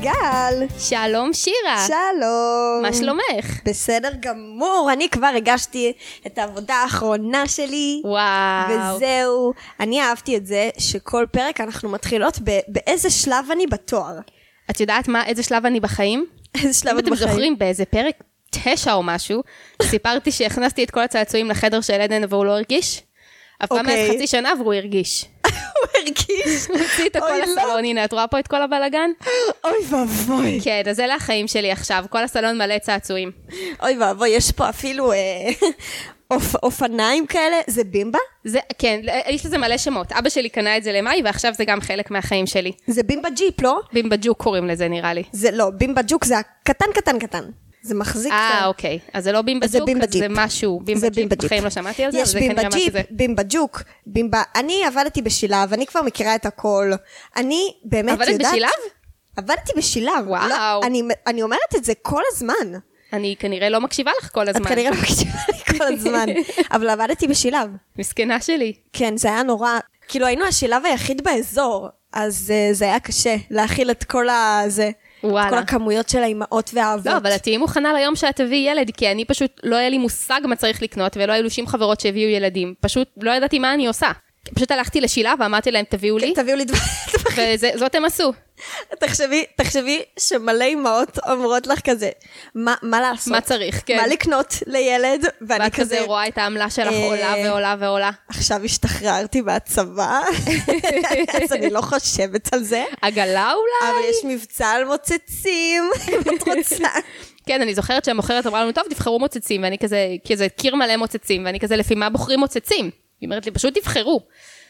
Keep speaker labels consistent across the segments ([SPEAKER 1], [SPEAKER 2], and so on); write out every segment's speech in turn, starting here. [SPEAKER 1] גל.
[SPEAKER 2] שלום שירה.
[SPEAKER 1] שלום.
[SPEAKER 2] אה, מה שלומך?
[SPEAKER 1] בסדר גמור, אני כבר הגשתי את העבודה האחרונה שלי.
[SPEAKER 2] וואו.
[SPEAKER 1] וזהו. אני אהבתי את זה שכל פרק אנחנו מתחילות ב- באיזה שלב אני בתואר.
[SPEAKER 2] את יודעת מה, איזה שלב אני בחיים?
[SPEAKER 1] איזה שלב
[SPEAKER 2] אם
[SPEAKER 1] אני
[SPEAKER 2] אתם
[SPEAKER 1] בחיים.
[SPEAKER 2] זוכרים באיזה פרק תשע או משהו, סיפרתי שהכנסתי את כל הצעצועים לחדר של עדן והוא לא הרגיש? עברה מאז
[SPEAKER 1] אוקיי.
[SPEAKER 2] חצי שנה והוא הרגיש.
[SPEAKER 1] הוא הרגיש.
[SPEAKER 2] הוא הוציא את הכל
[SPEAKER 1] אוי, לא.
[SPEAKER 2] לסלון, הנה, את רואה פה את כל הבלגן?
[SPEAKER 1] אוי ואבוי.
[SPEAKER 2] כן, אז אלה החיים שלי עכשיו, כל הסלון מלא צעצועים.
[SPEAKER 1] אוי ואבוי, יש פה אפילו אה, אופ- אופניים כאלה. זה בימבה?
[SPEAKER 2] זה, כן, יש לזה מלא שמות. אבא שלי קנה את זה למאי, ועכשיו זה גם חלק מהחיים שלי.
[SPEAKER 1] זה בימבה ג'יפ, לא?
[SPEAKER 2] בימבג'וק קוראים לזה, נראה לי.
[SPEAKER 1] זה לא, בימבה ג'וק זה הקטן קטן קטן. זה מחזיק
[SPEAKER 2] אה,
[SPEAKER 1] שם.
[SPEAKER 2] אוקיי. אז זה לא בימבה
[SPEAKER 1] אז זה
[SPEAKER 2] ג'וק,
[SPEAKER 1] בימבה
[SPEAKER 2] אז זה
[SPEAKER 1] ג'יפ.
[SPEAKER 2] משהו. בימבה
[SPEAKER 1] זה
[SPEAKER 2] ג'יפ.
[SPEAKER 1] בימבה ג'יפ.
[SPEAKER 2] בחיים לא שמעתי על זה, אבל
[SPEAKER 1] יש
[SPEAKER 2] זה כנראה
[SPEAKER 1] בימבה
[SPEAKER 2] מה שזה.
[SPEAKER 1] ג'יפ, בימבה ג'וק, בימבה... אני עבדתי בשילב, אני כבר מכירה את הכל. אני באמת
[SPEAKER 2] עבדת
[SPEAKER 1] יודעת...
[SPEAKER 2] בשילב?
[SPEAKER 1] עבדתי בשילב.
[SPEAKER 2] וואו.
[SPEAKER 1] לא, אני, אני אומרת את זה כל הזמן.
[SPEAKER 2] אני כנראה לא מקשיבה לך כל
[SPEAKER 1] את
[SPEAKER 2] הזמן.
[SPEAKER 1] כנראה לא מקשיבה לי כל הזמן. אבל עבדתי בשילב.
[SPEAKER 2] מסכנה שלי.
[SPEAKER 1] כן, זה היה נורא... כאילו, היינו השילב היחיד באזור, אז אה, זה היה קשה להכיל את כל ה... זה.
[SPEAKER 2] וואלה.
[SPEAKER 1] את כל הכמויות של האימהות והאבות.
[SPEAKER 2] לא, אבל את תהיי מוכנה ליום שאת תביאי ילד, כי אני פשוט, לא היה לי מושג מה צריך לקנות, ולא היו לי שום חברות שהביאו ילדים. פשוט לא ידעתי מה אני עושה. פשוט הלכתי לשילה ואמרתי להם, תביאו לי,
[SPEAKER 1] כן, תביאו לי דברים.
[SPEAKER 2] וזאת הם עשו.
[SPEAKER 1] תחשבי, תחשבי שמלא אימהות אומרות לך כזה, מה, מה לעשות?
[SPEAKER 2] מה צריך, כן.
[SPEAKER 1] מה לקנות לילד? ואני
[SPEAKER 2] ואת כזה
[SPEAKER 1] כזה,
[SPEAKER 2] רואה את העמלה שלך
[SPEAKER 1] אה,
[SPEAKER 2] עולה ועולה ועולה.
[SPEAKER 1] עכשיו השתחררתי מהצבא, אז אני לא חושבת על זה,
[SPEAKER 2] עגלה אולי?
[SPEAKER 1] אבל יש מבצע על מוצצים, אם את רוצה.
[SPEAKER 2] כן, אני זוכרת שהמוכרת אמרה לנו, טוב, תבחרו מוצצים, ואני כזה, כזה קיר מלא מוצצים, ואני כזה, לפי מה בוחרים מוצצים? היא אומרת לי, פשוט תבחרו.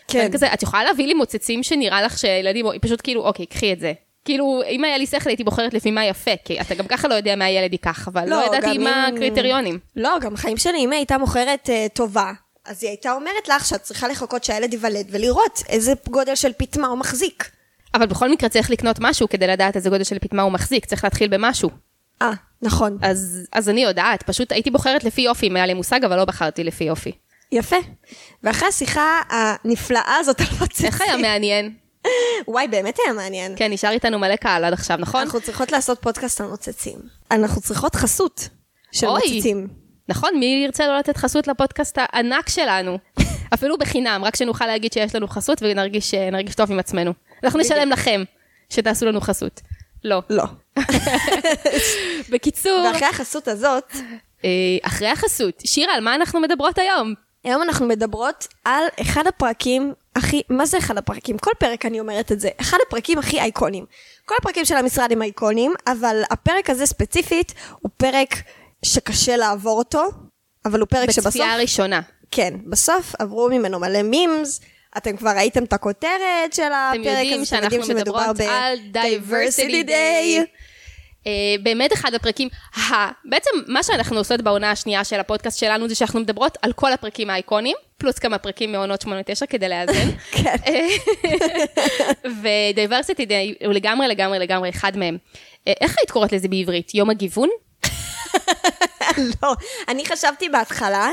[SPEAKER 1] כן.
[SPEAKER 2] ואני כזה, את יכולה להביא לי מוצצים שנראה לך שילדים, היא פשוט כאילו, אוקיי, קחי את זה. כאילו, אם היה לי שכל הייתי בוחרת לפי מה יפה, כי אתה גם ככה לא יודע מה הילד ייקח, אבל לא,
[SPEAKER 1] לא,
[SPEAKER 2] ידעתי
[SPEAKER 1] גם
[SPEAKER 2] מה
[SPEAKER 1] אם-
[SPEAKER 2] הקריטריונים.
[SPEAKER 1] לא, גם חיים שלי, אם היא הייתה מוכרת אה, טובה, אז היא הייתה אומרת לך שאת צריכה לחכות שהילד ייוולד ולראות איזה גודל של פיטמה הוא מחזיק.
[SPEAKER 2] אבל בכל מקרה צריך לקנות משהו כדי לדעת איזה גודל של פיטמה הוא מחזיק, צריך להתחיל במשהו.
[SPEAKER 1] אה, נכון.
[SPEAKER 2] אז, אז אני יודעת, פשוט הייתי בוחרת לפי יופי, אם היה לי מושג, אבל לא בחרתי לפי יופי.
[SPEAKER 1] יפה. ואחרי השיחה הנפלאה הזאת על מוצצים.
[SPEAKER 2] איך היה מעניין?
[SPEAKER 1] וואי, באמת היה מעניין.
[SPEAKER 2] כן, נשאר איתנו מלא קהל עד עכשיו, נכון?
[SPEAKER 1] אנחנו צריכות לעשות פודקאסט על מוצצים. אנחנו צריכות חסות של
[SPEAKER 2] אוי.
[SPEAKER 1] מוצצים.
[SPEAKER 2] נכון, מי ירצה לא לתת חסות לפודקאסט הענק שלנו? אפילו בחינם, רק שנוכל להגיד שיש לנו חסות ונרגיש אה, נרגיש טוב עם עצמנו. אנחנו נשלם לכם שתעשו לנו חסות. לא.
[SPEAKER 1] לא.
[SPEAKER 2] בקיצור,
[SPEAKER 1] ואחרי החסות הזאת,
[SPEAKER 2] אה, אחרי החסות, שירה, על מה אנחנו מדברות היום?
[SPEAKER 1] היום אנחנו מדברות על אחד הפרקים הכי, מה זה אחד הפרקים? כל פרק אני אומרת את זה, אחד הפרקים הכי אייקונים. כל הפרקים של המשרד הם אייקונים, אבל הפרק הזה ספציפית הוא פרק שקשה לעבור אותו, אבל הוא פרק שבסוף...
[SPEAKER 2] בצפייה הראשונה.
[SPEAKER 1] כן, בסוף עברו ממנו מלא מימס, אתם כבר ראיתם את הכותרת של
[SPEAKER 2] אתם
[SPEAKER 1] הפרק,
[SPEAKER 2] יודעים
[SPEAKER 1] אז
[SPEAKER 2] שאנחנו מדברות על
[SPEAKER 1] Diversity
[SPEAKER 2] דייברסיטי דיי. באמת אחד הפרקים, ה... בעצם מה שאנחנו עושות בעונה השנייה של הפודקאסט שלנו זה שאנחנו מדברות על כל הפרקים האיקונים, פלוס כמה פרקים מעונות 8-9 כדי לאזן.
[SPEAKER 1] כן.
[SPEAKER 2] ודייברסיטי דיי הוא לגמרי לגמרי לגמרי אחד מהם. אה, איך היית קוראת לזה בעברית? יום הגיוון?
[SPEAKER 1] לא, אני חשבתי בהתחלה,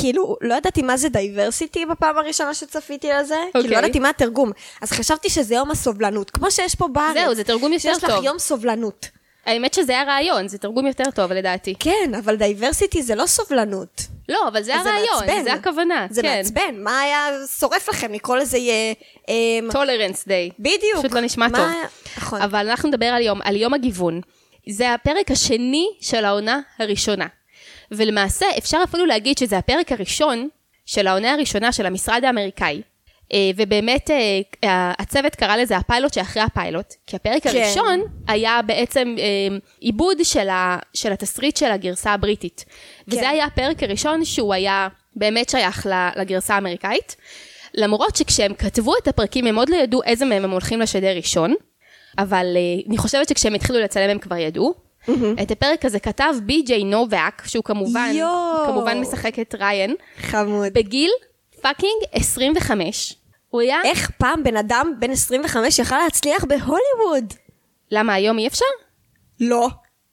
[SPEAKER 1] כאילו, לא ידעתי מה זה דייברסיטי בפעם הראשונה שצפיתי לזה, כאילו, לא
[SPEAKER 2] אוקיי.
[SPEAKER 1] ידעתי מה התרגום. אז חשבתי שזה יום הסובלנות, כמו שיש פה בארץ.
[SPEAKER 2] זהו, זה תרגום יותר
[SPEAKER 1] שיש לך
[SPEAKER 2] טוב.
[SPEAKER 1] יום סובלנות.
[SPEAKER 2] האמת שזה הרעיון, זה תרגום יותר טוב לדעתי.
[SPEAKER 1] כן, אבל דייברסיטי זה לא סובלנות.
[SPEAKER 2] לא, אבל זה
[SPEAKER 1] זה
[SPEAKER 2] הרעיון,
[SPEAKER 1] מעצבן.
[SPEAKER 2] זה הכוונה.
[SPEAKER 1] זה
[SPEAKER 2] כן.
[SPEAKER 1] מעצבן, מה היה שורף לכם לקרוא לזה... אה, אה,
[SPEAKER 2] טולרנס דיי.
[SPEAKER 1] בדיוק.
[SPEAKER 2] פשוט לא נשמע
[SPEAKER 1] מה-
[SPEAKER 2] טוב.
[SPEAKER 1] נכון.
[SPEAKER 2] אבל אנחנו נדבר על יום, על יום הגיוון. זה הפרק השני של העונה הראשונה. ולמעשה אפשר אפילו להגיד שזה הפרק הראשון של העונה הראשונה של המשרד האמריקאי. אה, ובאמת אה, ה- הצוות קרא לזה הפיילוט שאחרי הפיילוט, כי הפרק
[SPEAKER 1] כן.
[SPEAKER 2] הראשון היה בעצם אה, עיבוד של, ה, של התסריט של הגרסה הבריטית. וזה
[SPEAKER 1] כן.
[SPEAKER 2] היה הפרק הראשון שהוא היה באמת שייך ל- לגרסה האמריקאית. למרות שכשהם כתבו את הפרקים הם עוד לא ידעו איזה מהם הם הולכים לשדר ראשון, אבל אה, אני חושבת שכשהם התחילו לצלם הם כבר ידעו. את הפרק הזה כתב בי.ג'יי נובק, שהוא כמובן,
[SPEAKER 1] יואו.
[SPEAKER 2] כמובן משחק את ריין,
[SPEAKER 1] חמוד.
[SPEAKER 2] בגיל פאקינג 25. הוא היה...
[SPEAKER 1] איך פעם בן אדם בן 25 יכל להצליח בהוליווד?
[SPEAKER 2] למה היום אי אפשר?
[SPEAKER 1] לא.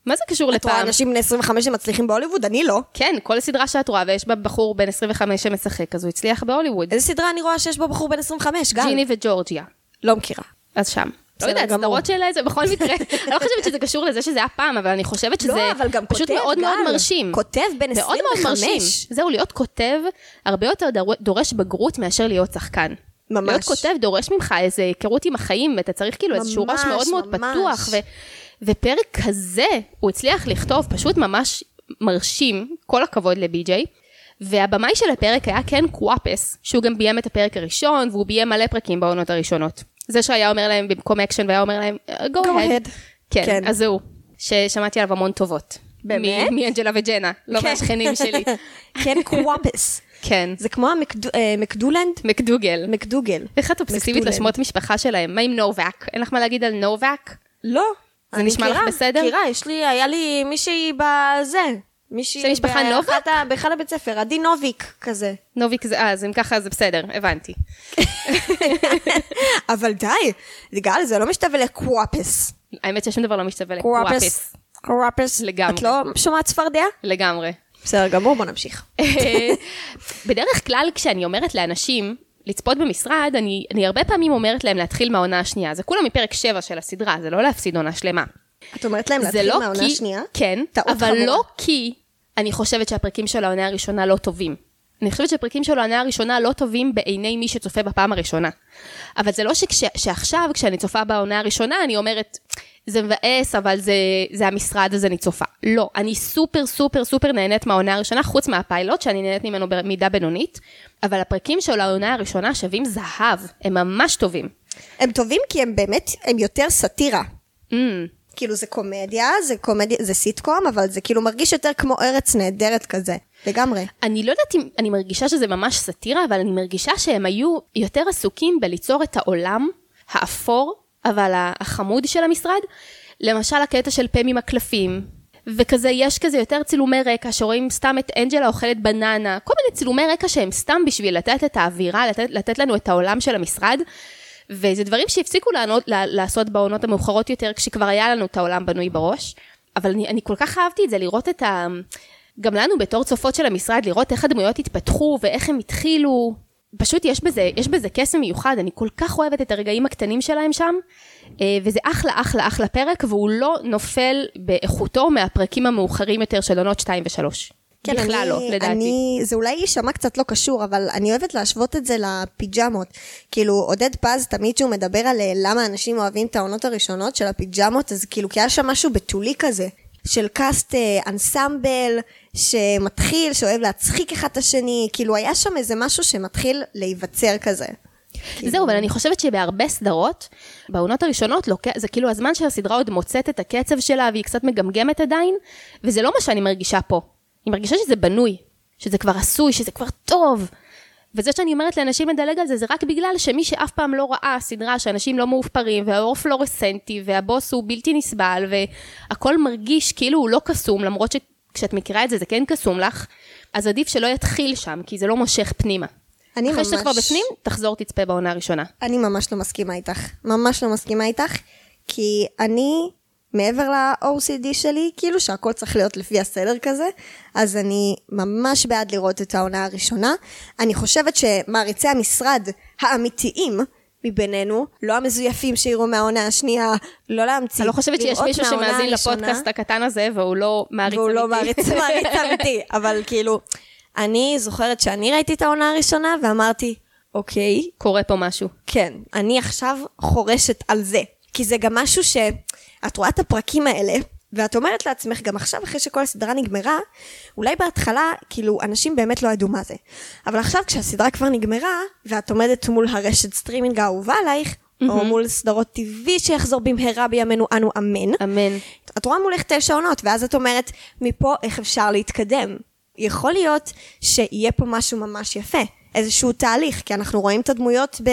[SPEAKER 2] מה זה קשור
[SPEAKER 1] את רואה
[SPEAKER 2] לפעם?
[SPEAKER 1] אנשים בני 25 שמצליחים בהוליווד? אני לא.
[SPEAKER 2] כן, כל סדרה שאת רואה ויש בה בחור בן 25 שמשחק, אז הוא הצליח בהוליווד.
[SPEAKER 1] איזה סדרה אני רואה שיש בו בחור בן 25, גל?
[SPEAKER 2] ג'יני וג'ורג'יה,
[SPEAKER 1] לא מכירה.
[SPEAKER 2] אז שם. לא יודעת,
[SPEAKER 1] גמור.
[SPEAKER 2] סדרות של זה, בכל מקרה, אני לא חושבת שזה קשור לזה שזה היה פעם, אבל אני חושבת שזה
[SPEAKER 1] לא, אבל גם כותב,
[SPEAKER 2] פשוט מאוד מאוד
[SPEAKER 1] גל.
[SPEAKER 2] מרשים.
[SPEAKER 1] כותב בן
[SPEAKER 2] מאוד מאוד
[SPEAKER 1] 25.
[SPEAKER 2] מרשים. זהו, להיות כותב הרבה יותר דור- דורש בגרות מאשר להיות שחקן.
[SPEAKER 1] ממש.
[SPEAKER 2] להיות כותב דורש ממך איזה היכרות עם החיים, ואתה צריך כאילו איזשהו
[SPEAKER 1] ממש,
[SPEAKER 2] ראש מאוד מאוד
[SPEAKER 1] ממש.
[SPEAKER 2] פתוח. ו... ופרק כזה, הוא הצליח לכתוב פשוט ממש מרשים, כל הכבוד לבי-ג'יי. והבמאי של הפרק היה קן קוואפס, שהוא גם ביים את הפרק הראשון, והוא ביים מלא פרקים בעונות הראשונות. זה שהיה אומר להם במקום אקשן, והיה אומר להם, "Uh, go, go ahead.
[SPEAKER 1] ahead.
[SPEAKER 2] כן,
[SPEAKER 1] כן.
[SPEAKER 2] כן, אז זהו, ששמעתי עליו המון טובות.
[SPEAKER 1] באמת?
[SPEAKER 2] מ- מאנג'לה וג'נה, לא
[SPEAKER 1] כן.
[SPEAKER 2] מהשכנים שלי.
[SPEAKER 1] כן, קוואפס.
[SPEAKER 2] כן.
[SPEAKER 1] זה כמו המקדו- אה, מקדולנד?
[SPEAKER 2] מקדוגל.
[SPEAKER 1] מקדוגל.
[SPEAKER 2] איך את אובססיבית
[SPEAKER 1] מקדולן.
[SPEAKER 2] לשמות משפחה שלהם? מה עם נובק? אין לך מה להגיד על נובק?
[SPEAKER 1] לא.
[SPEAKER 2] זה
[SPEAKER 1] אני
[SPEAKER 2] נשמע לך
[SPEAKER 1] מכירה,
[SPEAKER 2] בסדר?
[SPEAKER 1] מכירה, יש לי, היה לי מישהי בזה. מישהי...
[SPEAKER 2] של משפחה
[SPEAKER 1] באחת
[SPEAKER 2] נובק?
[SPEAKER 1] ה- באחד הבית ספר, עדי נוביק כזה.
[SPEAKER 2] נוביק זה, אה, אז אם ככה זה בסדר, הבנתי.
[SPEAKER 1] אבל די, גל, זה לא משתווה לקוואפס.
[SPEAKER 2] האמת ששום דבר לא משתווה לקוואפס.
[SPEAKER 1] קוואפס. קוואפס.
[SPEAKER 2] לגמרי.
[SPEAKER 1] את לא שומעת צפרדע?
[SPEAKER 2] לגמרי.
[SPEAKER 1] בסדר גמור, בוא נמשיך.
[SPEAKER 2] בדרך כלל כשאני אומרת לאנשים לצפות במשרד, אני, אני הרבה פעמים אומרת להם להתחיל מהעונה השנייה. זה כולה מפרק 7 של הסדרה, זה לא להפסיד עונה שלמה.
[SPEAKER 1] את אומרת להם
[SPEAKER 2] זה
[SPEAKER 1] להתחיל
[SPEAKER 2] לא
[SPEAKER 1] מהעונה
[SPEAKER 2] כי-
[SPEAKER 1] השנייה?
[SPEAKER 2] כן,
[SPEAKER 1] טעות
[SPEAKER 2] אבל
[SPEAKER 1] חמורה.
[SPEAKER 2] לא כי אני חושבת שהפרקים של העונה הראשונה לא טובים. אני חושבת שהפרקים של העונה הראשונה לא טובים בעיני מי שצופה בפעם הראשונה. אבל זה לא שכש, שעכשיו, כשאני צופה בעונה הראשונה, אני אומרת, זה מבאס, אבל זה, זה המשרד, אז אני צופה. לא, אני סופר סופר סופר נהנית מהעונה הראשונה, חוץ מהפיילוט, שאני נהנית ממנו במידה בינונית, אבל הפרקים של העונה הראשונה שווים זהב, הם ממש טובים.
[SPEAKER 1] הם טובים כי הם באמת, הם יותר סאטירה.
[SPEAKER 2] Mm,
[SPEAKER 1] כאילו זה קומדיה, זה קומדיה, זה סיטקום, אבל זה כאילו מרגיש יותר כמו ארץ נהדרת כזה. לגמרי.
[SPEAKER 2] אני לא יודעת אם אני מרגישה שזה ממש סאטירה, אבל אני מרגישה שהם היו יותר עסוקים בליצור את העולם האפור, אבל החמוד של המשרד. למשל הקטע של פם עם הקלפים, וכזה, יש כזה יותר צילומי רקע שרואים סתם את אנג'לה אוכלת בננה, כל מיני צילומי רקע שהם סתם בשביל לתת את האווירה, לתת, לתת לנו את העולם של המשרד. וזה דברים שהפסיקו לענות, לה, לעשות בעונות המאוחרות יותר, כשכבר היה לנו את העולם בנוי בראש. אבל אני, אני כל כך אהבתי את זה, לראות את ה... גם לנו בתור צופות של המשרד, לראות איך הדמויות התפתחו ואיך הם התחילו. פשוט יש בזה, יש בזה קסם מיוחד, אני כל כך אוהבת את הרגעים הקטנים שלהם שם, אה, וזה אחלה אחלה אחלה פרק, והוא לא נופל באיכותו מהפרקים המאוחרים יותר של עונות 2 ו-3. כן, בכלל
[SPEAKER 1] אני,
[SPEAKER 2] לא, לדעתי.
[SPEAKER 1] אני, זה אולי יישמע קצת לא קשור, אבל אני אוהבת להשוות את זה לפיג'מות. כאילו, עודד פז, תמיד שהוא מדבר על אה, למה אנשים אוהבים את העונות הראשונות של הפיג'מות, אז כאילו, כי היה שם משהו בתולי כזה, של קאסט אה, אנסמבל, שמתחיל, שאוהב להצחיק אחד את השני, כאילו, היה שם איזה משהו שמתחיל להיווצר כזה. כאילו-
[SPEAKER 2] זהו, אבל אני חושבת שבהרבה סדרות, בעונות הראשונות, לוקח- זה כאילו הזמן שהסדרה עוד מוצאת את הקצב שלה, והיא קצת מגמגמת עדיין, וזה לא מה שאני מרגישה פה. אני מרגישה שזה בנוי, שזה כבר עשוי, שזה כבר טוב. וזה שאני אומרת לאנשים לדלג על זה, זה רק בגלל שמי שאף פעם לא ראה סדרה שאנשים לא מאופרים, והאור פלורסנטי, והבוס הוא בלתי נסבל, והכל מרגיש כאילו הוא לא קסום, למרות שכשאת מכירה את זה, זה כן קסום לך, אז עדיף שלא יתחיל שם, כי זה לא מושך פנימה.
[SPEAKER 1] אני
[SPEAKER 2] אחרי שאתה כבר
[SPEAKER 1] ממש-
[SPEAKER 2] בפנים, תחזור תצפה בעונה הראשונה.
[SPEAKER 1] אני ממש לא מסכימה איתך. ממש לא מסכימה איתך, כי אני, מעבר ל-OCD שלי, כאילו שהכל צריך להיות לפי הסדר כזה, אז אני ממש בעד לראות את העונה הראשונה. אני חושבת שמעריצי המשרד האמיתיים, מבינינו, לא המזויפים שיראו מהעונה השנייה, לא להמציא.
[SPEAKER 2] אני לא חושבת שיש
[SPEAKER 1] לראות
[SPEAKER 2] מישהו
[SPEAKER 1] מהעונה
[SPEAKER 2] שמאזין
[SPEAKER 1] הראשונה.
[SPEAKER 2] לפודקאסט הקטן הזה והוא לא מעריץ
[SPEAKER 1] והוא לא
[SPEAKER 2] אמיתי.
[SPEAKER 1] מעריץ מעריץ אמיתי, אבל כאילו, אני זוכרת שאני ראיתי את העונה הראשונה ואמרתי, אוקיי,
[SPEAKER 2] קורה פה משהו.
[SPEAKER 1] כן, אני עכשיו חורשת על זה. כי זה גם משהו שאת רואה את הפרקים האלה, ואת אומרת לעצמך, גם עכשיו, אחרי שכל הסדרה נגמרה, אולי בהתחלה, כאילו, אנשים באמת לא ידעו מה זה. אבל עכשיו, כשהסדרה כבר נגמרה, ואת עומדת מול הרשת סטרימינג האהובה עלייך, או מול סדרות TV שיחזור במהרה בימינו אנו אמן,
[SPEAKER 2] אמן.
[SPEAKER 1] את רואה מולך תשע עונות, ואז את אומרת, מפה איך אפשר להתקדם? יכול להיות שיהיה פה משהו ממש יפה, איזשהו תהליך, כי אנחנו רואים את הדמויות ב...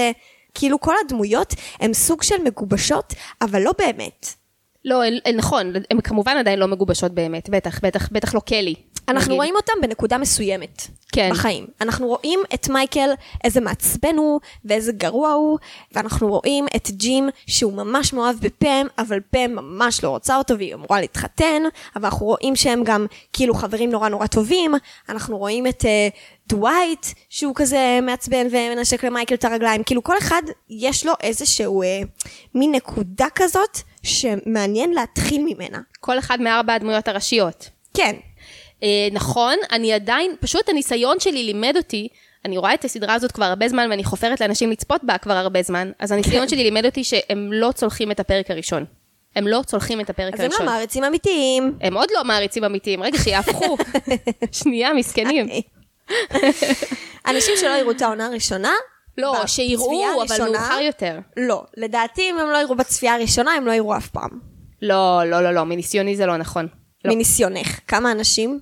[SPEAKER 1] כאילו כל הדמויות הן סוג של מגובשות, אבל לא באמת.
[SPEAKER 2] לא, אל- אל- נכון, הן כמובן עדיין לא מגובשות באמת, בטח, בטח, בטח לא קלי.
[SPEAKER 1] אנחנו
[SPEAKER 2] נגיד.
[SPEAKER 1] רואים אותם בנקודה מסוימת.
[SPEAKER 2] כן.
[SPEAKER 1] בחיים. אנחנו רואים את מייקל, איזה מעצבן הוא, ואיזה גרוע הוא, ואנחנו רואים את ג'ים, שהוא ממש מאוהב בפם, אבל פם ממש לא רוצה אותו, והיא אמורה להתחתן, אבל אנחנו רואים שהם גם כאילו חברים נורא נורא טובים, אנחנו רואים את אה, דווייט, שהוא כזה מעצבן ומנשק למייקל את הרגליים, כאילו כל אחד יש לו איזשהו אה, מין נקודה כזאת, שמעניין להתחיל ממנה.
[SPEAKER 2] כל אחד מארבע הדמויות הראשיות.
[SPEAKER 1] כן.
[SPEAKER 2] אה, נכון, אני עדיין, פשוט הניסיון שלי לימד אותי, אני רואה את הסדרה הזאת כבר הרבה זמן ואני חופרת לאנשים לצפות בה כבר הרבה זמן, אז
[SPEAKER 1] כן.
[SPEAKER 2] הניסיון שלי לימד אותי שהם לא צולחים את הפרק הראשון. הם לא צולחים את הפרק
[SPEAKER 1] אז הם
[SPEAKER 2] הראשון.
[SPEAKER 1] לא מעריצים אמיתיים.
[SPEAKER 2] הם עוד לא מעריצים אמיתיים, רגע, שיהפכו. שנייה, מסכנים.
[SPEAKER 1] אנשים שלא יראו את העונה הראשונה,
[SPEAKER 2] לא,
[SPEAKER 1] בצפייה
[SPEAKER 2] שיראו, אבל
[SPEAKER 1] הראשונה-
[SPEAKER 2] מאוחר יותר.
[SPEAKER 1] לא, לדעתי אם הם לא יראו בצפייה הראשונה, הם לא יראו אף פעם.
[SPEAKER 2] לא, לא, לא, לא, מניסיוני זה לא נכון. לא.
[SPEAKER 1] מניסיונך, כמה אנשים?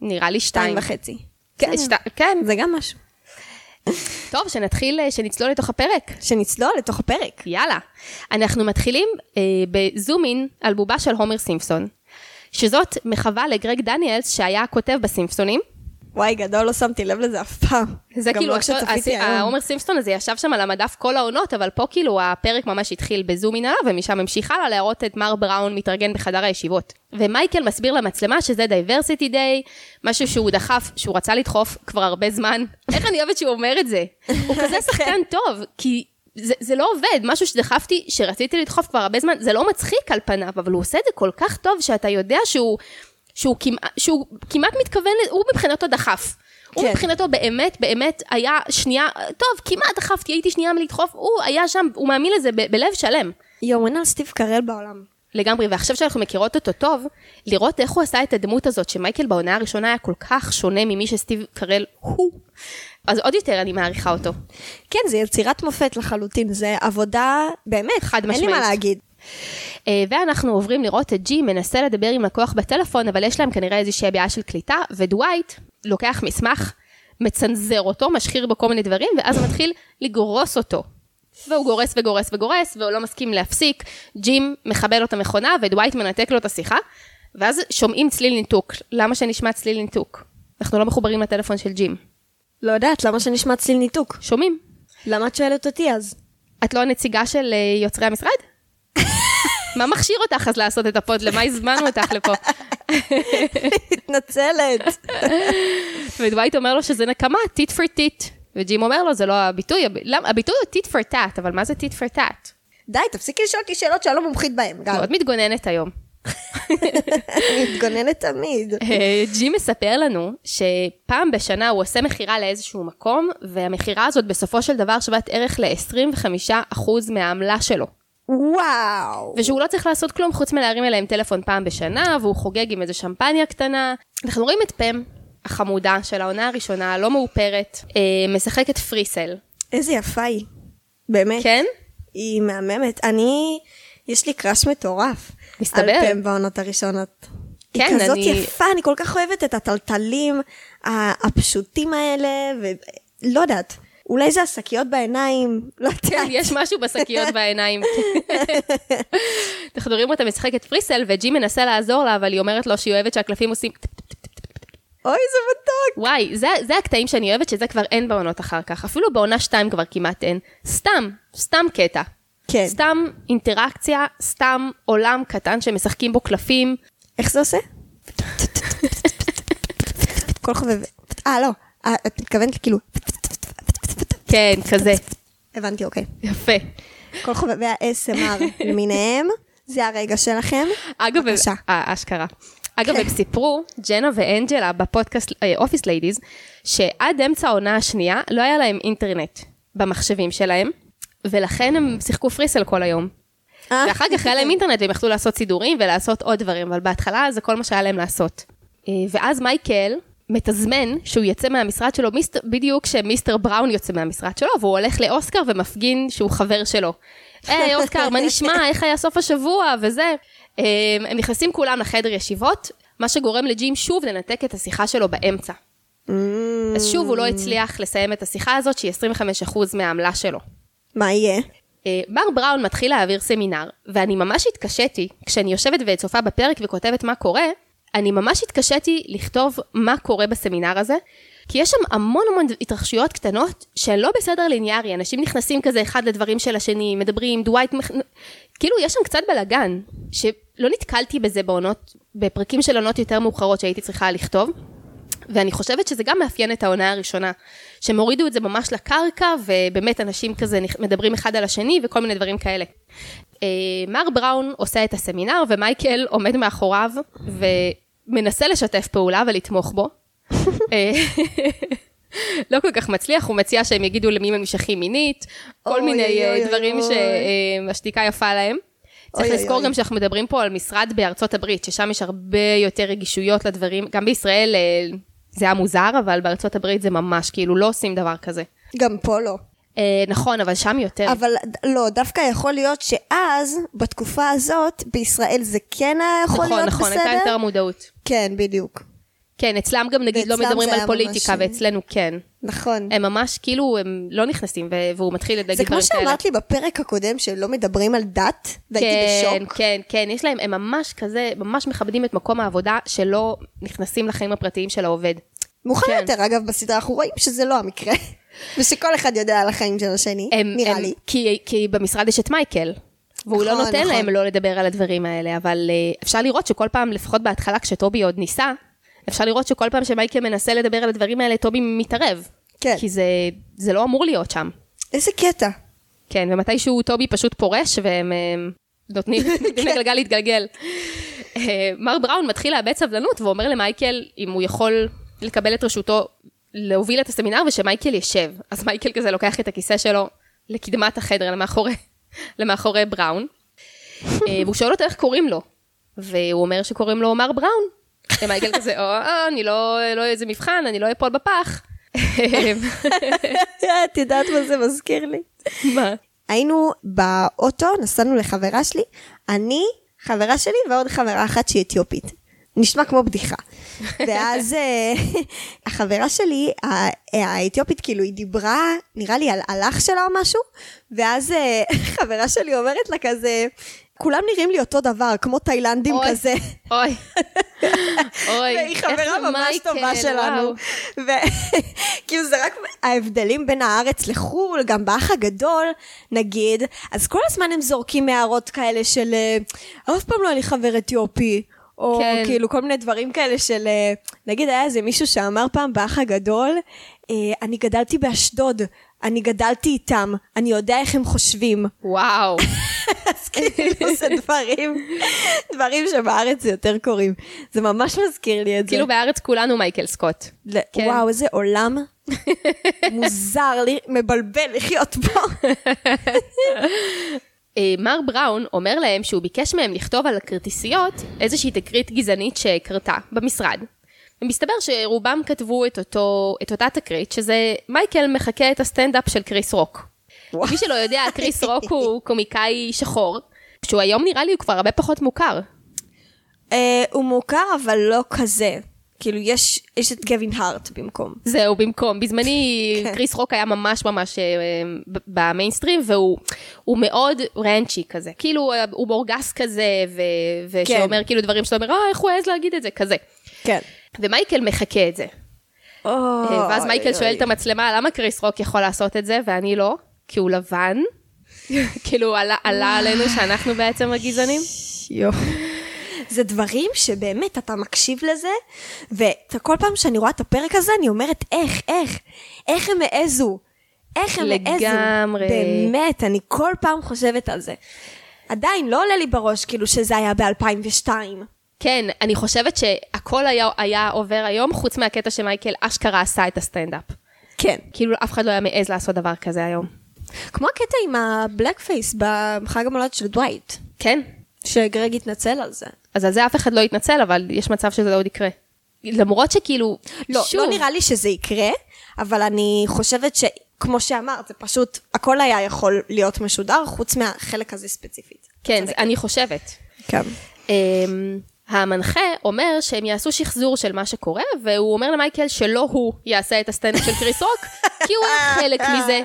[SPEAKER 2] נראה לי שתיים.
[SPEAKER 1] שתיים וחצי.
[SPEAKER 2] כן,
[SPEAKER 1] בסדר.
[SPEAKER 2] שתי- כן,
[SPEAKER 1] זה גם משהו.
[SPEAKER 2] טוב, שנתחיל, אה, שנצלול לתוך הפרק.
[SPEAKER 1] שנצלול לתוך הפרק.
[SPEAKER 2] יאללה. אנחנו מתחילים אה, בזום אין על בובה של הומר סימפסון, שזאת מחווה לגרג דניאלס שהיה הכותב בסימפסונים.
[SPEAKER 1] וואי, גדול, לא שמתי לב לזה אף פעם.
[SPEAKER 2] זה
[SPEAKER 1] גם
[SPEAKER 2] כאילו,
[SPEAKER 1] לא
[SPEAKER 2] עכשיו-
[SPEAKER 1] כשצפיתי
[SPEAKER 2] הס-
[SPEAKER 1] היום.
[SPEAKER 2] ההומר סימפסון הזה ישב שם על המדף כל העונות, אבל פה כאילו הפרק ממש התחיל בזום אין עליו, ומשם המשיך הלאה להראות את מר בראון מתארגן בחדר הישיבות. ומייקל מסביר למצלמה שזה דייברסיטי דיי, משהו שהוא דחף, שהוא רצה לדחוף כבר הרבה זמן. איך אני אוהבת שהוא אומר את זה? הוא כזה
[SPEAKER 1] כן.
[SPEAKER 2] שחקן טוב, כי... זה, זה לא עובד, משהו שדחפתי, שרציתי לדחוף כבר הרבה זמן, זה לא מצחיק על פניו, אבל הוא עושה את זה כל כך טוב, שאתה יודע שהוא, שהוא, כמעט, שהוא כמעט מתכוון, ל- הוא מבחינתו דחף. הוא
[SPEAKER 1] כן.
[SPEAKER 2] מבחינתו באמת, באמת היה שנייה, טוב, כמעט דחפתי, הייתי שנייה מלדחוף, הוא היה שם, הוא מאמין לזה ב- בלב שלם.
[SPEAKER 1] יואו, אין על סטיב קרל בעולם.
[SPEAKER 2] לגמרי, ועכשיו שאנחנו מכירות אותו טוב, לראות איך הוא עשה את הדמות הזאת, שמייקל בעונה הראשונה היה כל כך שונה ממי שסטיב קרל הוא, אז עוד יותר אני מעריכה אותו.
[SPEAKER 1] כן, זה יצירת מופת לחלוטין, זה עבודה, באמת,
[SPEAKER 2] חד
[SPEAKER 1] אין לי
[SPEAKER 2] משמעית.
[SPEAKER 1] מה להגיד.
[SPEAKER 2] אה, ואנחנו עוברים לראות את ג'י מנסה לדבר עם לקוח בטלפון, אבל יש להם כנראה איזושהי בעיה של קליטה, ודווייט לוקח מסמך, מצנזר אותו, משחיר בו כל מיני דברים, ואז הוא מתחיל לגרוס אותו. והוא גורס וגורס וגורס, והוא לא מסכים להפסיק. ג'ים מחבל לו את המכונה, ודווייט מנתק לו את השיחה, ואז שומעים צליל ניתוק. למה שנשמע צליל ניתוק? אנחנו לא מחוברים לטלפון של ג'ים.
[SPEAKER 1] לא יודעת, למה שנשמע צליל ניתוק?
[SPEAKER 2] שומעים.
[SPEAKER 1] למה את שואלת אותי אז?
[SPEAKER 2] את לא הנציגה של אה, יוצרי המשרד? מה מכשיר אותך אז לעשות את הפוד? למה הזמנו אותך לפה?
[SPEAKER 1] מתנצלת.
[SPEAKER 2] ודווייט אומר לו שזה נקמה, tit for tit. וג'ים אומר לו, זה לא הביטוי, הב- למה- הביטוי הוא tit for tat, אבל מה זה tit for tat?
[SPEAKER 1] די, תפסיקי לשאול אותי שאלות שאני לא מומחית בהן, גל.
[SPEAKER 2] מאוד מתגוננת היום.
[SPEAKER 1] אני מתגוננת תמיד.
[SPEAKER 2] אה, ג'ים מספר לנו שפעם בשנה הוא עושה מכירה לאיזשהו מקום, והמכירה הזאת בסופו של דבר שוות ערך ל-25% מהעמלה שלו.
[SPEAKER 1] וואו.
[SPEAKER 2] ושהוא לא צריך לעשות כלום חוץ מלהרים אליהם טלפון פעם בשנה, והוא חוגג עם איזה שמפניה קטנה. אנחנו רואים את פם, החמודה של העונה הראשונה, הלא מאופרת, אה, משחקת פריסל.
[SPEAKER 1] איזה יפה היא. באמת.
[SPEAKER 2] כן?
[SPEAKER 1] היא מהממת. אני, יש לי קראש מטורף.
[SPEAKER 2] מסתבר.
[SPEAKER 1] על פם בעונות הראשונות. היא
[SPEAKER 2] כן,
[SPEAKER 1] כזאת
[SPEAKER 2] אני-
[SPEAKER 1] יפה, אני כל כך אוהבת את הטלטלים ה- הפשוטים האלה, ולא יודעת. אולי זה השקיות בעיניים, לא
[SPEAKER 2] כן,
[SPEAKER 1] יודעת.
[SPEAKER 2] יש משהו בשקיות בעיניים. אנחנו רואים אותה משחקת פריסל, וג'י מנסה לעזור לה, אבל היא אומרת לו שהיא אוהבת שהקלפים עושים...
[SPEAKER 1] אוי, זה מתוק.
[SPEAKER 2] וואי, זה, זה הקטעים שאני אוהבת, שזה כבר אין בעונות אחר כך. אפילו בעונה 2 כבר כמעט אין. סתם, סתם קטע.
[SPEAKER 1] כן.
[SPEAKER 2] סתם אינטראקציה, סתם עולם קטן שמשחקים בו קלפים.
[SPEAKER 1] איך זה עושה? כל חובב... אה, לא. אה, את מתכוונת כאילו...
[SPEAKER 2] כן, כזה.
[SPEAKER 1] הבנתי, אוקיי.
[SPEAKER 2] יפה.
[SPEAKER 1] כל חובבי ה-SMR למיניהם, זה הרגע שלכם.
[SPEAKER 2] אגב,
[SPEAKER 1] בבקשה.
[SPEAKER 2] אה, אשכרה. אגב,
[SPEAKER 1] כן.
[SPEAKER 2] הם סיפרו, ג'נה ואנג'לה בפודקאסט אופיס ליידיז, שעד אמצע העונה השנייה לא היה להם אינטרנט במחשבים שלהם, ולכן הם שיחקו פריסל כל היום.
[SPEAKER 1] אה.
[SPEAKER 2] ואחר כך היה להם אינטרנט והם יכלו לעשות סידורים ולעשות עוד דברים, אבל בהתחלה זה כל מה שהיה להם לעשות. אה, ואז מייקל מתזמן שהוא יצא מהמשרד שלו, מיסט, בדיוק כשמיסטר בראון יוצא מהמשרד שלו, והוא הולך לאוסקר ומפגין שהוא חבר שלו. היי, אוסקר, מה נשמע? איך היה סוף השבוע? וזה. אה, הם נכנסים כולם לחדר ישיבות, מה שגורם לג'ים שוב לנתק את השיחה שלו באמצע. אז שוב, הוא לא הצליח לסיים את השיחה הזאת, שהיא 25% מהעמלה שלו.
[SPEAKER 1] מה יהיה?
[SPEAKER 2] אה, בר בראון מתחיל להעביר סמינר, ואני ממש התקשיתי, כשאני יושבת וצופה בפרק וכותבת מה קורה, אני ממש התקשיתי לכתוב מה קורה בסמינר הזה, כי יש שם המון המון התרחשויות קטנות שהן לא בסדר ליניארי, אנשים נכנסים כזה אחד לדברים של השני, מדברים, דווייט, מח... כאילו יש שם קצת בלאגן, שלא נתקלתי בזה בעונות, בפרקים של עונות יותר מאוחרות שהייתי צריכה לכתוב. ואני חושבת שזה גם מאפיין את העונה הראשונה, שהם הורידו את זה ממש לקרקע, ובאמת אנשים כזה נכ- מדברים אחד על השני וכל מיני דברים כאלה. אה, מר בראון עושה את הסמינר, ומייקל עומד מאחוריו ומנסה לשתף פעולה ולתמוך בו. אה, לא כל כך מצליח, הוא מציע שהם יגידו למי הם נמשכים מינית, כל
[SPEAKER 1] אוי,
[SPEAKER 2] מיני
[SPEAKER 1] אוי,
[SPEAKER 2] אה,
[SPEAKER 1] אוי,
[SPEAKER 2] דברים
[SPEAKER 1] אוי.
[SPEAKER 2] שהשתיקה אמ, יפה להם. צריך
[SPEAKER 1] אוי,
[SPEAKER 2] לזכור
[SPEAKER 1] אוי.
[SPEAKER 2] גם שאנחנו מדברים פה על משרד בארצות הברית, ששם יש הרבה יותר רגישויות לדברים, גם בישראל אה, זה היה מוזר, אבל בארצות הברית זה ממש, כאילו, לא עושים דבר כזה.
[SPEAKER 1] גם פה לא.
[SPEAKER 2] אה, נכון, אבל שם יותר.
[SPEAKER 1] אבל ד- לא, דווקא יכול להיות שאז, בתקופה הזאת, בישראל זה כן היה יכול
[SPEAKER 2] נכון,
[SPEAKER 1] להיות
[SPEAKER 2] נכון,
[SPEAKER 1] בסדר.
[SPEAKER 2] הייתה יותר מודעות.
[SPEAKER 1] כן, בדיוק.
[SPEAKER 2] כן, אצלם גם נגיד לא
[SPEAKER 1] ואצלם
[SPEAKER 2] מדברים
[SPEAKER 1] זה
[SPEAKER 2] על
[SPEAKER 1] היה
[SPEAKER 2] פוליטיקה,
[SPEAKER 1] ממש-
[SPEAKER 2] ואצלנו כן.
[SPEAKER 1] נכון.
[SPEAKER 2] הם ממש, כאילו, הם לא נכנסים, ו- והוא מתחיל להגיד
[SPEAKER 1] זה
[SPEAKER 2] דברים כאלה.
[SPEAKER 1] כמו שאמרת לי בפרק הקודם, שלא מדברים על דת, והייתי
[SPEAKER 2] כן,
[SPEAKER 1] בשוק.
[SPEAKER 2] כן, כן, יש להם, הם ממש כזה, ממש מכבדים את מקום העבודה, שלא נכנסים לחיים הפרטיים של העובד.
[SPEAKER 1] מאוחר
[SPEAKER 2] כן.
[SPEAKER 1] יותר, אגב, בסדרה אנחנו רואים שזה לא המקרה. ושכל אחד יודע על החיים של השני,
[SPEAKER 2] הם,
[SPEAKER 1] נראה
[SPEAKER 2] הם,
[SPEAKER 1] לי.
[SPEAKER 2] כי, כי במשרד יש את מייקל. והוא לא
[SPEAKER 1] נכון,
[SPEAKER 2] נותן
[SPEAKER 1] נכון.
[SPEAKER 2] להם לא לדבר על הדברים האלה, אבל אה, אפשר לראות שכל פעם, לפחות בהתחלה כשטובי עוד ניסה, אפשר לראות שכל פעם שמייקל מנסה לדבר על הדברים האלה, טובי מתערב.
[SPEAKER 1] כן.
[SPEAKER 2] כי זה, זה לא אמור להיות שם.
[SPEAKER 1] איזה קטע.
[SPEAKER 2] כן, ומתישהו טובי פשוט פורש והם אה, נותנים נותנים לגלגל להתגלגל. אה, מר בראון מתחיל לאבד סבלנות ואומר למייקל אם הוא יכול לקבל את רשותו להוביל את הסמינר ושמייקל ישב. אז מייקל כזה לוקח את הכיסא שלו לקדמת החדר, למאחורי, למאחורי בראון. אה, והוא שואל אותו איך קוראים לו. והוא אומר שקוראים לו מר בראון. ומייקל כזה, או, אה, אני לא, לא איזה מבחן, אני לא אפול בפח. אה,
[SPEAKER 1] את יודעת מה זה מזכיר לי?
[SPEAKER 2] מה?
[SPEAKER 1] היינו באוטו, נסענו לחברה שלי, אני, חברה שלי ועוד חברה אחת שהיא אתיופית. נשמע כמו בדיחה. ואז אה, החברה שלי, ה- אה, האתיופית, כאילו, היא דיברה, נראה לי, על על אח שלה או משהו, ואז אה, חברה שלי אומרת לה כזה, כולם נראים לי אותו דבר, כמו תאילנדים
[SPEAKER 2] אוי,
[SPEAKER 1] כזה.
[SPEAKER 2] אוי. אוי.
[SPEAKER 1] והיא
[SPEAKER 2] איך
[SPEAKER 1] חברה
[SPEAKER 2] זה
[SPEAKER 1] ממש
[SPEAKER 2] מייקל,
[SPEAKER 1] טובה שלנו.
[SPEAKER 2] וואו.
[SPEAKER 1] וכאילו זה רק ההבדלים בין הארץ לחו"ל, גם באח הגדול, נגיד, אז כל הזמן הם זורקים הערות כאלה של אה, אף פעם לא היה לי חבר אתיופי. או
[SPEAKER 2] כן.
[SPEAKER 1] כן. כאילו כל מיני דברים כאלה של, אה, נגיד היה איזה מישהו שאמר פעם באח הגדול, אה, אני גדלתי באשדוד, אני גדלתי איתם, אני יודע איך הם חושבים.
[SPEAKER 2] וואו.
[SPEAKER 1] כן. אז כאילו זה דברים, דברים שבארץ זה יותר קורים. זה ממש מזכיר לי את זה.
[SPEAKER 2] כאילו בארץ כולנו מייקל סקוט.
[SPEAKER 1] ל-
[SPEAKER 2] כן.
[SPEAKER 1] וואו, איזה עולם מוזר לי, מבלבל לחיות בו.
[SPEAKER 2] אה, מר בראון אומר להם שהוא ביקש מהם לכתוב על הכרטיסיות איזושהי תקרית גזענית שקרתה במשרד. ומסתבר שרובם כתבו את, אותו, את אותה תקרית, שזה מייקל מחקה את הסטנדאפ של קריס רוק.
[SPEAKER 1] וואו.
[SPEAKER 2] מי שלא יודע, קריס רוק הוא קומיקאי שחור, שהוא היום נראה לי הוא כבר הרבה פחות מוכר.
[SPEAKER 1] אה, הוא מוכר, אבל לא כזה. כאילו, יש יש את גווין הארט במקום.
[SPEAKER 2] זהו, במקום. בזמני
[SPEAKER 1] כן.
[SPEAKER 2] קריס רוק היה ממש ממש אה, ב- במיינסטרים, והוא הוא מאוד רנצ'י כזה. כאילו, אה, הוא בורגס כזה, ו- ושאומר כאילו דברים שאתה אומר, אה, איך הוא העז להגיד את זה? כזה.
[SPEAKER 1] כן.
[SPEAKER 2] ומייקל מחקה את זה. אה, ואז מייקל שואל את המצלמה, למה קריס רוק יכול לעשות את זה ואני לא? כי הוא לבן. כאילו, עלה- עלה עלינו שאנחנו בעצם הגזענים.
[SPEAKER 1] זה דברים שבאמת אתה מקשיב לזה, וכל פעם שאני רואה את הפרק הזה, אני אומרת, איך, איך, איך הם העזו? איך הם העזו?
[SPEAKER 2] לגמרי.
[SPEAKER 1] באמת, אני כל פעם חושבת על זה. עדיין לא עולה לי בראש, כאילו, שזה היה ב-2002.
[SPEAKER 2] כן, אני חושבת שהכל היה, היה עובר היום, חוץ מהקטע שמייקל אשכרה עשה את הסטנדאפ.
[SPEAKER 1] כן.
[SPEAKER 2] כאילו אף אחד לא היה מעז לעשות דבר כזה היום.
[SPEAKER 1] כמו הקטע עם הבלק פייס בחג המולד של דווייט,
[SPEAKER 2] כן.
[SPEAKER 1] שגרג התנצל על זה.
[SPEAKER 2] אז על זה אף אחד לא יתנצל, אבל יש מצב שזה עוד יקרה. למרות שכאילו,
[SPEAKER 1] לא,
[SPEAKER 2] שוב,
[SPEAKER 1] לא נראה לי שזה יקרה, אבל אני חושבת שכמו שאמרת, זה פשוט, הכל היה יכול להיות משודר, חוץ מהחלק הזה ספציפית.
[SPEAKER 2] כן, זה, אני חושבת.
[SPEAKER 1] כן.
[SPEAKER 2] אמ, המנחה אומר שהם יעשו שחזור של מה שקורה, והוא אומר למייקל שלא הוא יעשה את הסטנדאפ של קריס רוק, כי הוא היה חלק מזה.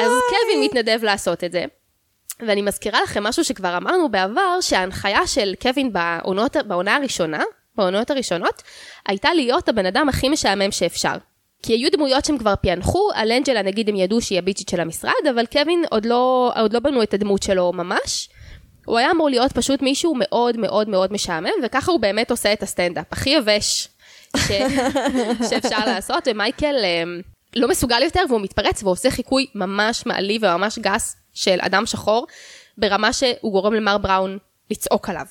[SPEAKER 2] אז קלווין מתנדב לעשות את זה. ואני מזכירה לכם משהו שכבר אמרנו בעבר, שההנחיה של קווין בעונות, בעונה הראשונה, בעונות הראשונות, הייתה להיות הבן אדם הכי משעמם שאפשר. כי היו דמויות שהם כבר פענחו, על אנג'לה נגיד הם ידעו שהיא הביצ'ית של המשרד, אבל קווין עוד לא, עוד לא בנו את הדמות שלו ממש. הוא היה אמור להיות פשוט מישהו מאוד מאוד מאוד משעמם, וככה הוא באמת עושה את הסטנדאפ, הכי יבש ש... שאפשר לעשות, ומייקל אמ, לא מסוגל יותר, והוא מתפרץ והוא עושה חיקוי ממש מעליב וממש גס של אדם שחור, ברמה שהוא גורם למר בראון לצעוק עליו.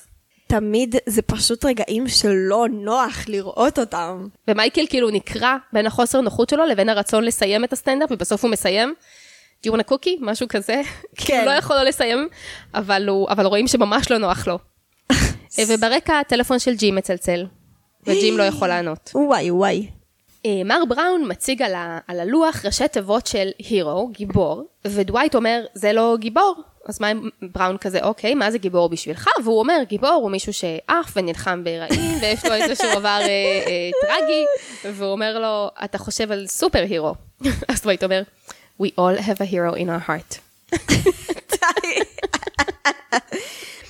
[SPEAKER 1] תמיד זה פשוט רגעים שלא נוח לראות אותם.
[SPEAKER 2] ומייקל כאילו נקרע בין החוסר נוחות שלו לבין הרצון לסיים את הסטנדאפ, ובסוף הוא מסיים. Do you want a cookie? משהו כזה. כן. הוא לא יכול לא לסיים, אבל, הוא, אבל רואים שממש לא נוח לו. אה, וברקע הטלפון של ג'ים מצלצל, וג'ים לא יכול לענות.
[SPEAKER 1] וואי וואי.
[SPEAKER 2] אה, מר בראון מציג על, ה, על הלוח ראשי תיבות של הירו, גיבור, ודווייט אומר, זה לא גיבור. אז מה אם בראון כזה, אוקיי, מה זה גיבור בשבילך? והוא אומר, גיבור הוא מישהו שעף ונלחם ברעים, ויש לו איזשהו עבר אה, אה, טרגי, והוא אומר לו, אתה חושב על סופר הירו. אז דווייט אומר, We all have a hero in our heart.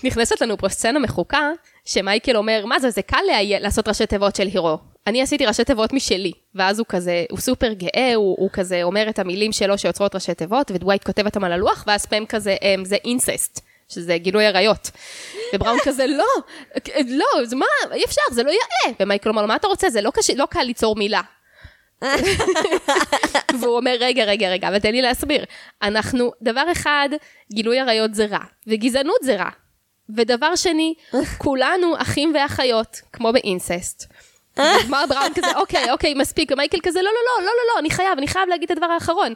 [SPEAKER 2] נכנסת לנו פה סצנה מחוקה, שמייקל אומר, מה זה, זה קל לה... לעשות ראשי תיבות של הירו. אני עשיתי ראשי תיבות משלי. ואז הוא כזה, הוא סופר גאה, הוא, הוא כזה אומר את המילים שלו שיוצרות ראשי תיבות, ודווייט כותב אותם על הלוח, ואז פם כזה, "אמ, זה אינססט. שזה גילוי עריות. ובראון כזה, לא, לא, זה מה, אי אפשר, זה לא יאה. ומייקל אומר לו, מה אתה רוצה? זה לא, קשה, לא קל ליצור מילה. והוא אומר, רגע, רגע, רגע, אבל תן לי להסביר. אנחנו, דבר אחד, גילוי עריות זה רע, וגזענות זה רע. ודבר שני, כולנו אחים ואחיות, כמו באינססט.
[SPEAKER 1] אה?
[SPEAKER 2] מר בראון כזה, אוקיי, אוקיי, מספיק, ומייקל כזה, לא, לא, לא, לא, לא, לא, אני חייב, אני חייב להגיד את הדבר האחרון.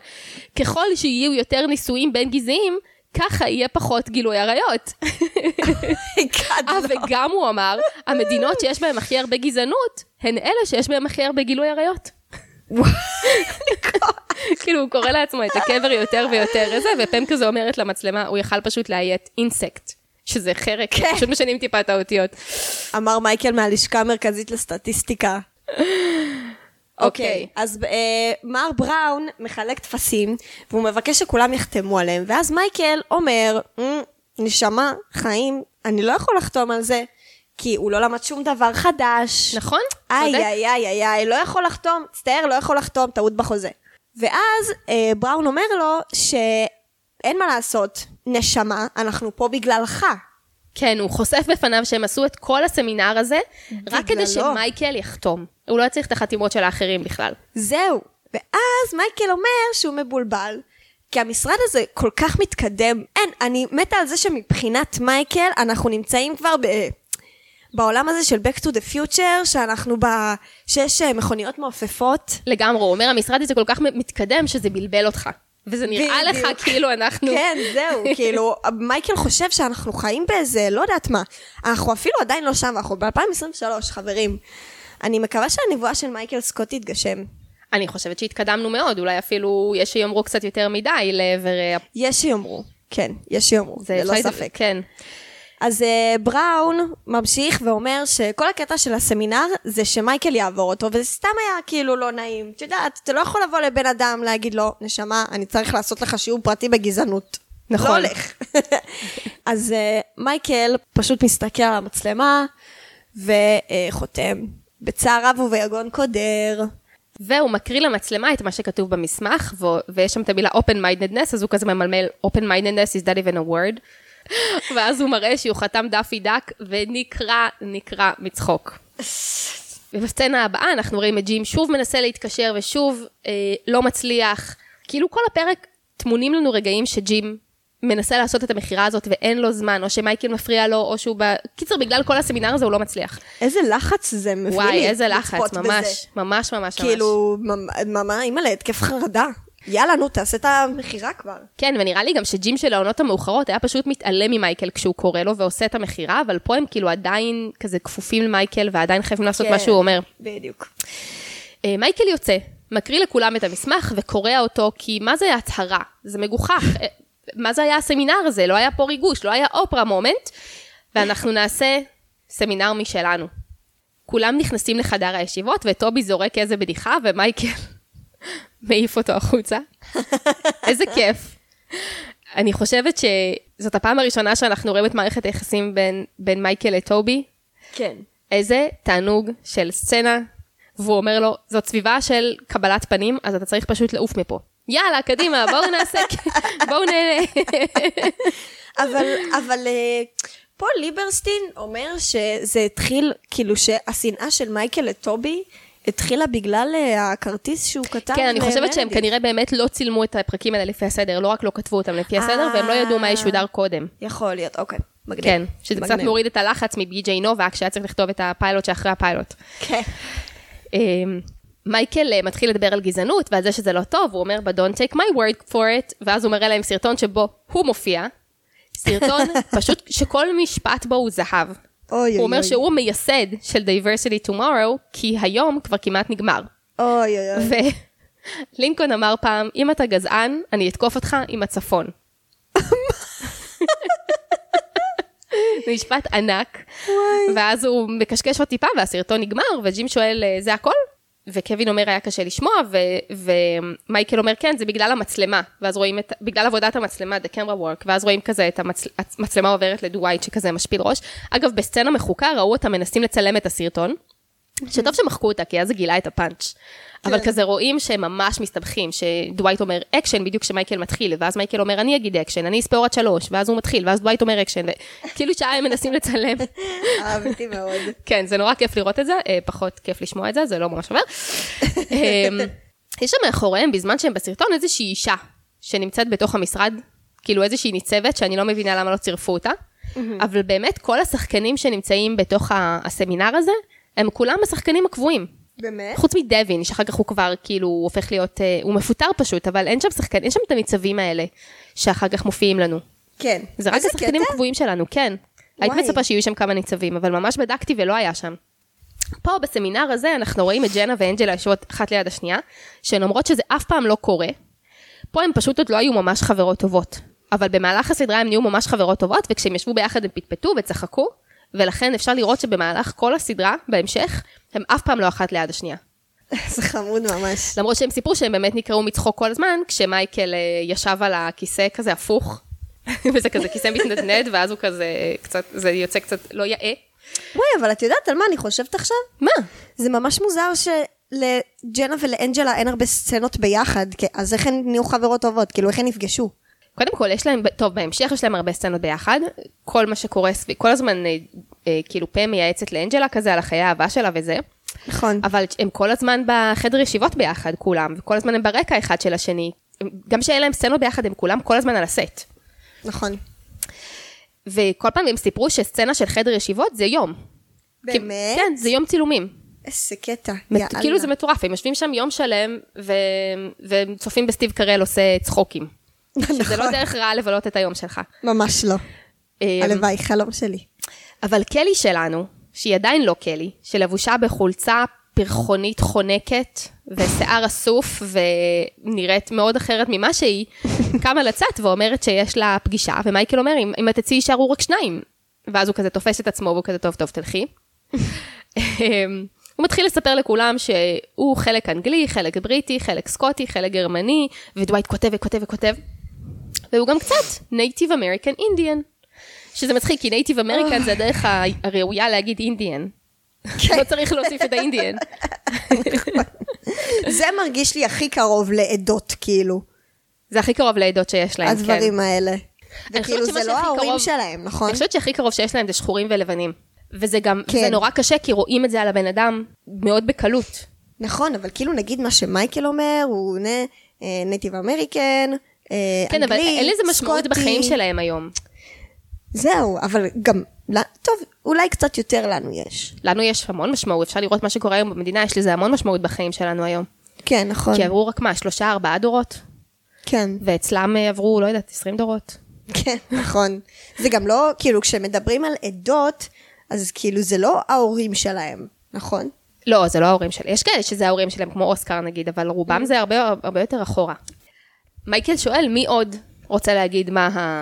[SPEAKER 2] ככל שיהיו יותר נישואים בין גזעים, ככה יהיה פחות גילוי עריות. אה,
[SPEAKER 1] לא.
[SPEAKER 2] וגם הוא אמר, המדינות שיש בהן הכי הרבה גזענות, הן אלה שיש בהן הכי הרבה גילוי עריות. כאילו, הוא קורא לעצמו את הקבר יותר ויותר איזה, ופם כזה אומרת למצלמה, הוא יכל פשוט לאיית אינסקט, שזה חרק,
[SPEAKER 1] כן.
[SPEAKER 2] פשוט משנים טיפה את האותיות.
[SPEAKER 1] אמר מייקל מהלשכה המרכזית לסטטיסטיקה. אוקיי, אז אה, מר בראון מחלק טפסים, והוא מבקש שכולם יחתמו עליהם, ואז מייקל אומר, "מ, נשמה, חיים, אני לא יכול לחתום על זה, כי הוא לא למד שום דבר חדש.
[SPEAKER 2] נכון?
[SPEAKER 1] איי,
[SPEAKER 2] צודק.
[SPEAKER 1] איי, איי, איי, איי, לא יכול לחתום, מצטער, לא יכול לחתום, טעות בחוזה. ואז אה, בראון אומר לו שאין מה לעשות, נשמה, אנחנו פה בגללך.
[SPEAKER 2] כן, הוא חושף בפניו שהם עשו את כל הסמינר הזה, רק כדי
[SPEAKER 1] בגללו.
[SPEAKER 2] שמייקל יחתום. הוא לא צריך את החתימות של האחרים בכלל.
[SPEAKER 1] זהו. ואז מייקל אומר שהוא מבולבל, כי המשרד הזה כל כך מתקדם. אין, אני מתה על זה שמבחינת מייקל אנחנו נמצאים כבר ב... בעולם הזה של Back to the Future, שאנחנו ב... שיש אה, מכוניות מעופפות.
[SPEAKER 2] לגמרי, הוא אומר, המשרד הזה כל כך מתקדם, שזה בלבל אותך. וזה נראה לך
[SPEAKER 1] בדיוק.
[SPEAKER 2] כאילו אנחנו...
[SPEAKER 1] כן, זהו, כאילו, מייקל חושב שאנחנו חיים באיזה, לא יודעת מה. אנחנו אפילו עדיין לא שם, אנחנו ב-2023, חברים. אני מקווה שהנבואה של מייקל סקוט תתגשם.
[SPEAKER 2] אני חושבת שהתקדמנו מאוד, אולי אפילו יש שיאמרו קצת יותר מדי לעבר... ה-
[SPEAKER 1] יש שיאמרו. כן, יש שיאמרו, זה ללא
[SPEAKER 2] אפשר-
[SPEAKER 1] ספק.
[SPEAKER 2] כן.
[SPEAKER 1] אז אה, בראון ממשיך ואומר שכל הקטע של הסמינר זה שמייקל יעבור אותו, וזה סתם היה כאילו לא נעים. את יודעת, אתה לא יכול לבוא לבן אדם להגיד לו, נשמה, אני צריך לעשות לך שיעור פרטי בגזענות.
[SPEAKER 2] נכון.
[SPEAKER 1] לא הולך. אז אה, מייקל פשוט מסתכל על המצלמה וחותם. בצער רב וביגון קודר.
[SPEAKER 2] והוא מקריא למצלמה את מה שכתוב במסמך, ו- ויש שם את המילה open mindedness, אז הוא כזה ממלמל open mindedness is not even a word. ואז הוא מראה שהוא חתם דאפי דאק, ונקרע, נקרע מצחוק. ובסצנה הבאה אנחנו רואים את ג'ים שוב מנסה להתקשר, ושוב אה, לא מצליח. כאילו כל הפרק טמונים לנו רגעים שג'ים מנסה לעשות את המכירה הזאת ואין לו זמן, או שמייקל מפריע לו, או שהוא ב... קיצר, בגלל כל הסמינר הזה הוא לא מצליח.
[SPEAKER 1] איזה לחץ זה מביא לי
[SPEAKER 2] וואי, איזה
[SPEAKER 1] לצפות
[SPEAKER 2] לחץ,
[SPEAKER 1] בזה.
[SPEAKER 2] ממש, ממש, ממש, ממש.
[SPEAKER 1] כאילו, ממש, אימא'לה, התקף חרדה. יאללה, נו, תעשה את המכירה כבר.
[SPEAKER 2] כן, ונראה לי גם שג'ים של העונות המאוחרות היה פשוט מתעלם ממייקל כשהוא קורא לו ועושה את המכירה, אבל פה הם כאילו עדיין כזה כפופים למייקל ועדיין חייבים לעשות מה שהוא אומר.
[SPEAKER 1] בדיוק.
[SPEAKER 2] אה, מייקל יוצא, מקריא לכולם את המסמך וקורע אותו, כי מה זה הצהרה? זה מגוחך. אה, מה זה היה הסמינר הזה? לא היה פה ריגוש, לא היה אופרה מומנט, ואנחנו נעשה סמינר משלנו. כולם נכנסים לחדר הישיבות, וטובי זורק איזה בדיחה, ומייקל מעיף אותו החוצה. איזה כיף. אני חושבת שזאת הפעם הראשונה שאנחנו רואים את מערכת היחסים בין, בין מייקל לטובי,
[SPEAKER 1] כן.
[SPEAKER 2] איזה תענוג של סצנה, והוא אומר לו, זאת סביבה של קבלת פנים, אז אתה צריך פשוט לעוף מפה. יאללה, קדימה, בואו נעשה, בואו נהנה.
[SPEAKER 1] אבל, אבל אה, פה ליברסטין אומר שזה התחיל, כאילו שהשנאה של מייקל לטובי התחילה בגלל אה, הכרטיס שהוא כתב.
[SPEAKER 2] כן, אני חושבת שהם
[SPEAKER 1] למרדית.
[SPEAKER 2] כנראה באמת לא צילמו את הפרקים האלה לפי הסדר, לא רק לא כתבו אותם לפי הסדר, והם לא ידעו מה ישודר קודם.
[SPEAKER 1] יכול להיות, אוקיי. אה. מגניב.
[SPEAKER 2] כן, שזה קצת
[SPEAKER 1] מגניב.
[SPEAKER 2] מוריד את הלחץ מבי.ג'יי נובק, שהיה צריך לכתוב את הפיילוט שאחרי הפיילוט.
[SPEAKER 1] כן.
[SPEAKER 2] אמ, מייקל אה, מתחיל לדבר על גזענות ועל זה שזה לא טוב, הוא אומר ב-Don't take my word for it, ואז הוא מראה להם סרטון שבו הוא מופיע. סרטון פשוט שכל משפט בו הוא זהב.
[SPEAKER 1] אוי, אוי,
[SPEAKER 2] הוא אומר
[SPEAKER 1] אוי.
[SPEAKER 2] שהוא המייסד של Diversity Tomorrow, כי היום כבר כמעט נגמר.
[SPEAKER 1] אוי אוי אוי.
[SPEAKER 2] ולינקולן אמר פעם, אם אתה גזען, אני אתקוף אותך עם הצפון. זה משפט ענק, ואז הוא מקשקש עוד טיפה והסרטון נגמר, וג'ים שואל, "אה, זה הכל? וקווין אומר, היה קשה לשמוע, ו- ומייקל אומר, כן, זה בגלל המצלמה, ואז רואים את, בגלל עבודת המצלמה, the camera work, ואז רואים כזה את המצ- המצלמה עוברת לדווייט שכזה משפיל ראש. אגב, בסצנה מחוקה ראו אותם מנסים לצלם את הסרטון, שטוב שמחקו אותה, כי אז זה גילה את הפאנץ'. אבל כזה רואים שהם ממש מסתבכים, שדווייט אומר אקשן בדיוק כשמייקל מתחיל, ואז מייקל אומר אני אגיד אקשן, אני אספור עד שלוש, ואז הוא מתחיל, ואז דווייט אומר אקשן, כאילו שעה הם מנסים לצלם.
[SPEAKER 1] אהבתי מאוד.
[SPEAKER 2] כן, זה נורא כיף לראות את זה, אה, פחות כיף לשמוע את זה, זה לא ממש עובר. אמ, יש שם מאחוריהם, בזמן שהם בסרטון, איזושהי אישה שנמצאת בתוך המשרד, כאילו איזושהי ניצבת, שאני לא מבינה למה לא צירפו אותה, אבל באמת כל השחקנים שנמצאים בתוך ה- הסמינר הזה, הם כולם השחקנים הקבועים.
[SPEAKER 1] באמת?
[SPEAKER 2] חוץ מדווין, שאחר כך הוא כבר כאילו, הוא הופך להיות, אה, הוא מפוטר פשוט, אבל אין שם שחקן, אין שם את הניצבים האלה, שאחר כך מופיעים לנו.
[SPEAKER 1] כן.
[SPEAKER 2] זה רק
[SPEAKER 1] איזה
[SPEAKER 2] השחקנים
[SPEAKER 1] קטע?
[SPEAKER 2] הקבועים שלנו, כן. היית
[SPEAKER 1] וואי.
[SPEAKER 2] מצפה שיהיו שם כמה ניצבים, אבל ממש בדקתי ולא היה שם. פה בסמינר הזה אנחנו רואים את ג'נה ואנג'לה יושבות אחת ליד השנייה, שהן אומרות שזה אף פעם לא קורה. פה הן פשוט עוד לא היו ממש חברות טובות. אבל במהלך הסדרה הן נהיו ממש חברות טובות, וכשהן ישבו ביחד הן פטפטו וצחקו, ולכן אפשר לראות שבמהלך כל הסדרה, בהמשך, הן אף פעם לא אחת ליד השנייה.
[SPEAKER 1] זה חמוד ממש.
[SPEAKER 2] למרות שהם סיפרו שהם באמת נקראו מצחוק כל הזמן, כשמייקל אה, ישב על הכיסא כזה הפוך, וזה כזה כיסא מתנדנד, ואז הוא כזה אה, קצת, זה יוצא קצת לא יאה.
[SPEAKER 1] וואי, אבל את יודעת על מה אני חושבת עכשיו?
[SPEAKER 2] מה?
[SPEAKER 1] זה ממש מוזר שלג'נה ולאנג'לה אין הרבה סצנות ביחד, כי- אז איך הן נהיו חברות טובות? כאילו, איך הן נפגשו?
[SPEAKER 2] קודם כל, יש להם, טוב, בהמשך יש להם הרבה סצנות ביחד. כל מה שקורה סביב, כל הזמן, אה, אה, כאילו, פה מייעצת לאנג'לה כזה על החיי האהבה שלה וזה.
[SPEAKER 1] נכון.
[SPEAKER 2] אבל הם כל הזמן בחדר ישיבות ביחד, כולם, וכל הזמן הם ברקע אחד של השני. גם שאין להם סצנות ביחד, הם כולם כל הזמן על הסט.
[SPEAKER 1] נכון.
[SPEAKER 2] וכל פעם הם סיפרו שסצנה של חדר ישיבות זה יום. כי-
[SPEAKER 1] באמת?
[SPEAKER 2] כן, זה יום צילומים.
[SPEAKER 1] איזה קטע.
[SPEAKER 2] מת-
[SPEAKER 1] יאללה.
[SPEAKER 2] כאילו זה מטורף, הם יושבים שם יום שלם ו... והם צופים בסטיב קרל עושה צחוקים. שזה לא
[SPEAKER 1] נכון.
[SPEAKER 2] דרך רעה לבלות את היום שלך.
[SPEAKER 1] ממש לא.
[SPEAKER 2] אמ,
[SPEAKER 1] הלוואי, חלום שלי.
[SPEAKER 2] אבל קלי שלנו, שהיא עדיין לא קלי, שלבושה בחולצה פרחונית חונקת, ושיער אסוף, ונראית מאוד אחרת ממה שהיא, קמה לצאת ואומרת שיש לה פגישה, ומייקל אומר, אם, אם את תצאי יישארו רק שניים. ואז הוא כזה תופס את עצמו, והוא כזה, טוב, טוב, תלכי. אמ, הוא מתחיל לספר לכולם שהוא חלק אנגלי, חלק בריטי, חלק סקוטי, חלק גרמני, ודווייט כותב וכותב וכותב. והוא גם קצת נייטיב אמריקן אינדיאן. שזה מצחיק, כי נייטיב אמריקן זה הדרך ה- הראויה להגיד אינדיאן.
[SPEAKER 1] כן.
[SPEAKER 2] לא צריך להוסיף את האינדיאן.
[SPEAKER 1] זה מרגיש לי הכי קרוב לעדות, כאילו,
[SPEAKER 2] זה הכי קרוב לעדות שיש להם, כן.
[SPEAKER 1] הדברים האלה.
[SPEAKER 2] אני חושבת
[SPEAKER 1] וכאילו,
[SPEAKER 2] שמה
[SPEAKER 1] זה לא
[SPEAKER 2] שהכי
[SPEAKER 1] ההורים
[SPEAKER 2] קרוב-
[SPEAKER 1] שלהם, נכון?
[SPEAKER 2] אני חושבת שהכי קרוב שיש להם זה שחורים ולבנים. וזה גם,
[SPEAKER 1] כן.
[SPEAKER 2] זה נורא קשה, כי רואים את זה על הבן אדם מאוד בקלות.
[SPEAKER 1] נכון, אבל כאילו, נגיד מה שמייקל אומר, הוא אה, נייטיב אמריקן, אה, אנגלי,
[SPEAKER 2] כן, אבל אין לזה משמעות
[SPEAKER 1] סקוטי.
[SPEAKER 2] בחיים שלהם היום.
[SPEAKER 1] זהו, אבל גם, לא- טוב, אולי קצת יותר לנו יש.
[SPEAKER 2] לנו יש המון משמעות, אפשר לראות מה שקורה היום במדינה, יש לזה המון משמעות בחיים שלנו היום.
[SPEAKER 1] כן, נכון.
[SPEAKER 2] כי עברו רק מה, שלושה, ארבעה דורות?
[SPEAKER 1] כן,
[SPEAKER 2] ואצלם אה, עברו, לא יודעת, עשרים דורות.
[SPEAKER 1] כן, נכון. זה גם לא, כאילו, כשמדברים על עדות, אז כאילו, זה לא ההורים שלהם, נכון?
[SPEAKER 2] לא, זה לא ההורים שלי. יש כאלה שזה ההורים שלהם, כמו אוסקר נגיד, אבל רובם זה הרבה, הרבה יותר אחורה. מייקל שואל, מי עוד רוצה להגיד מה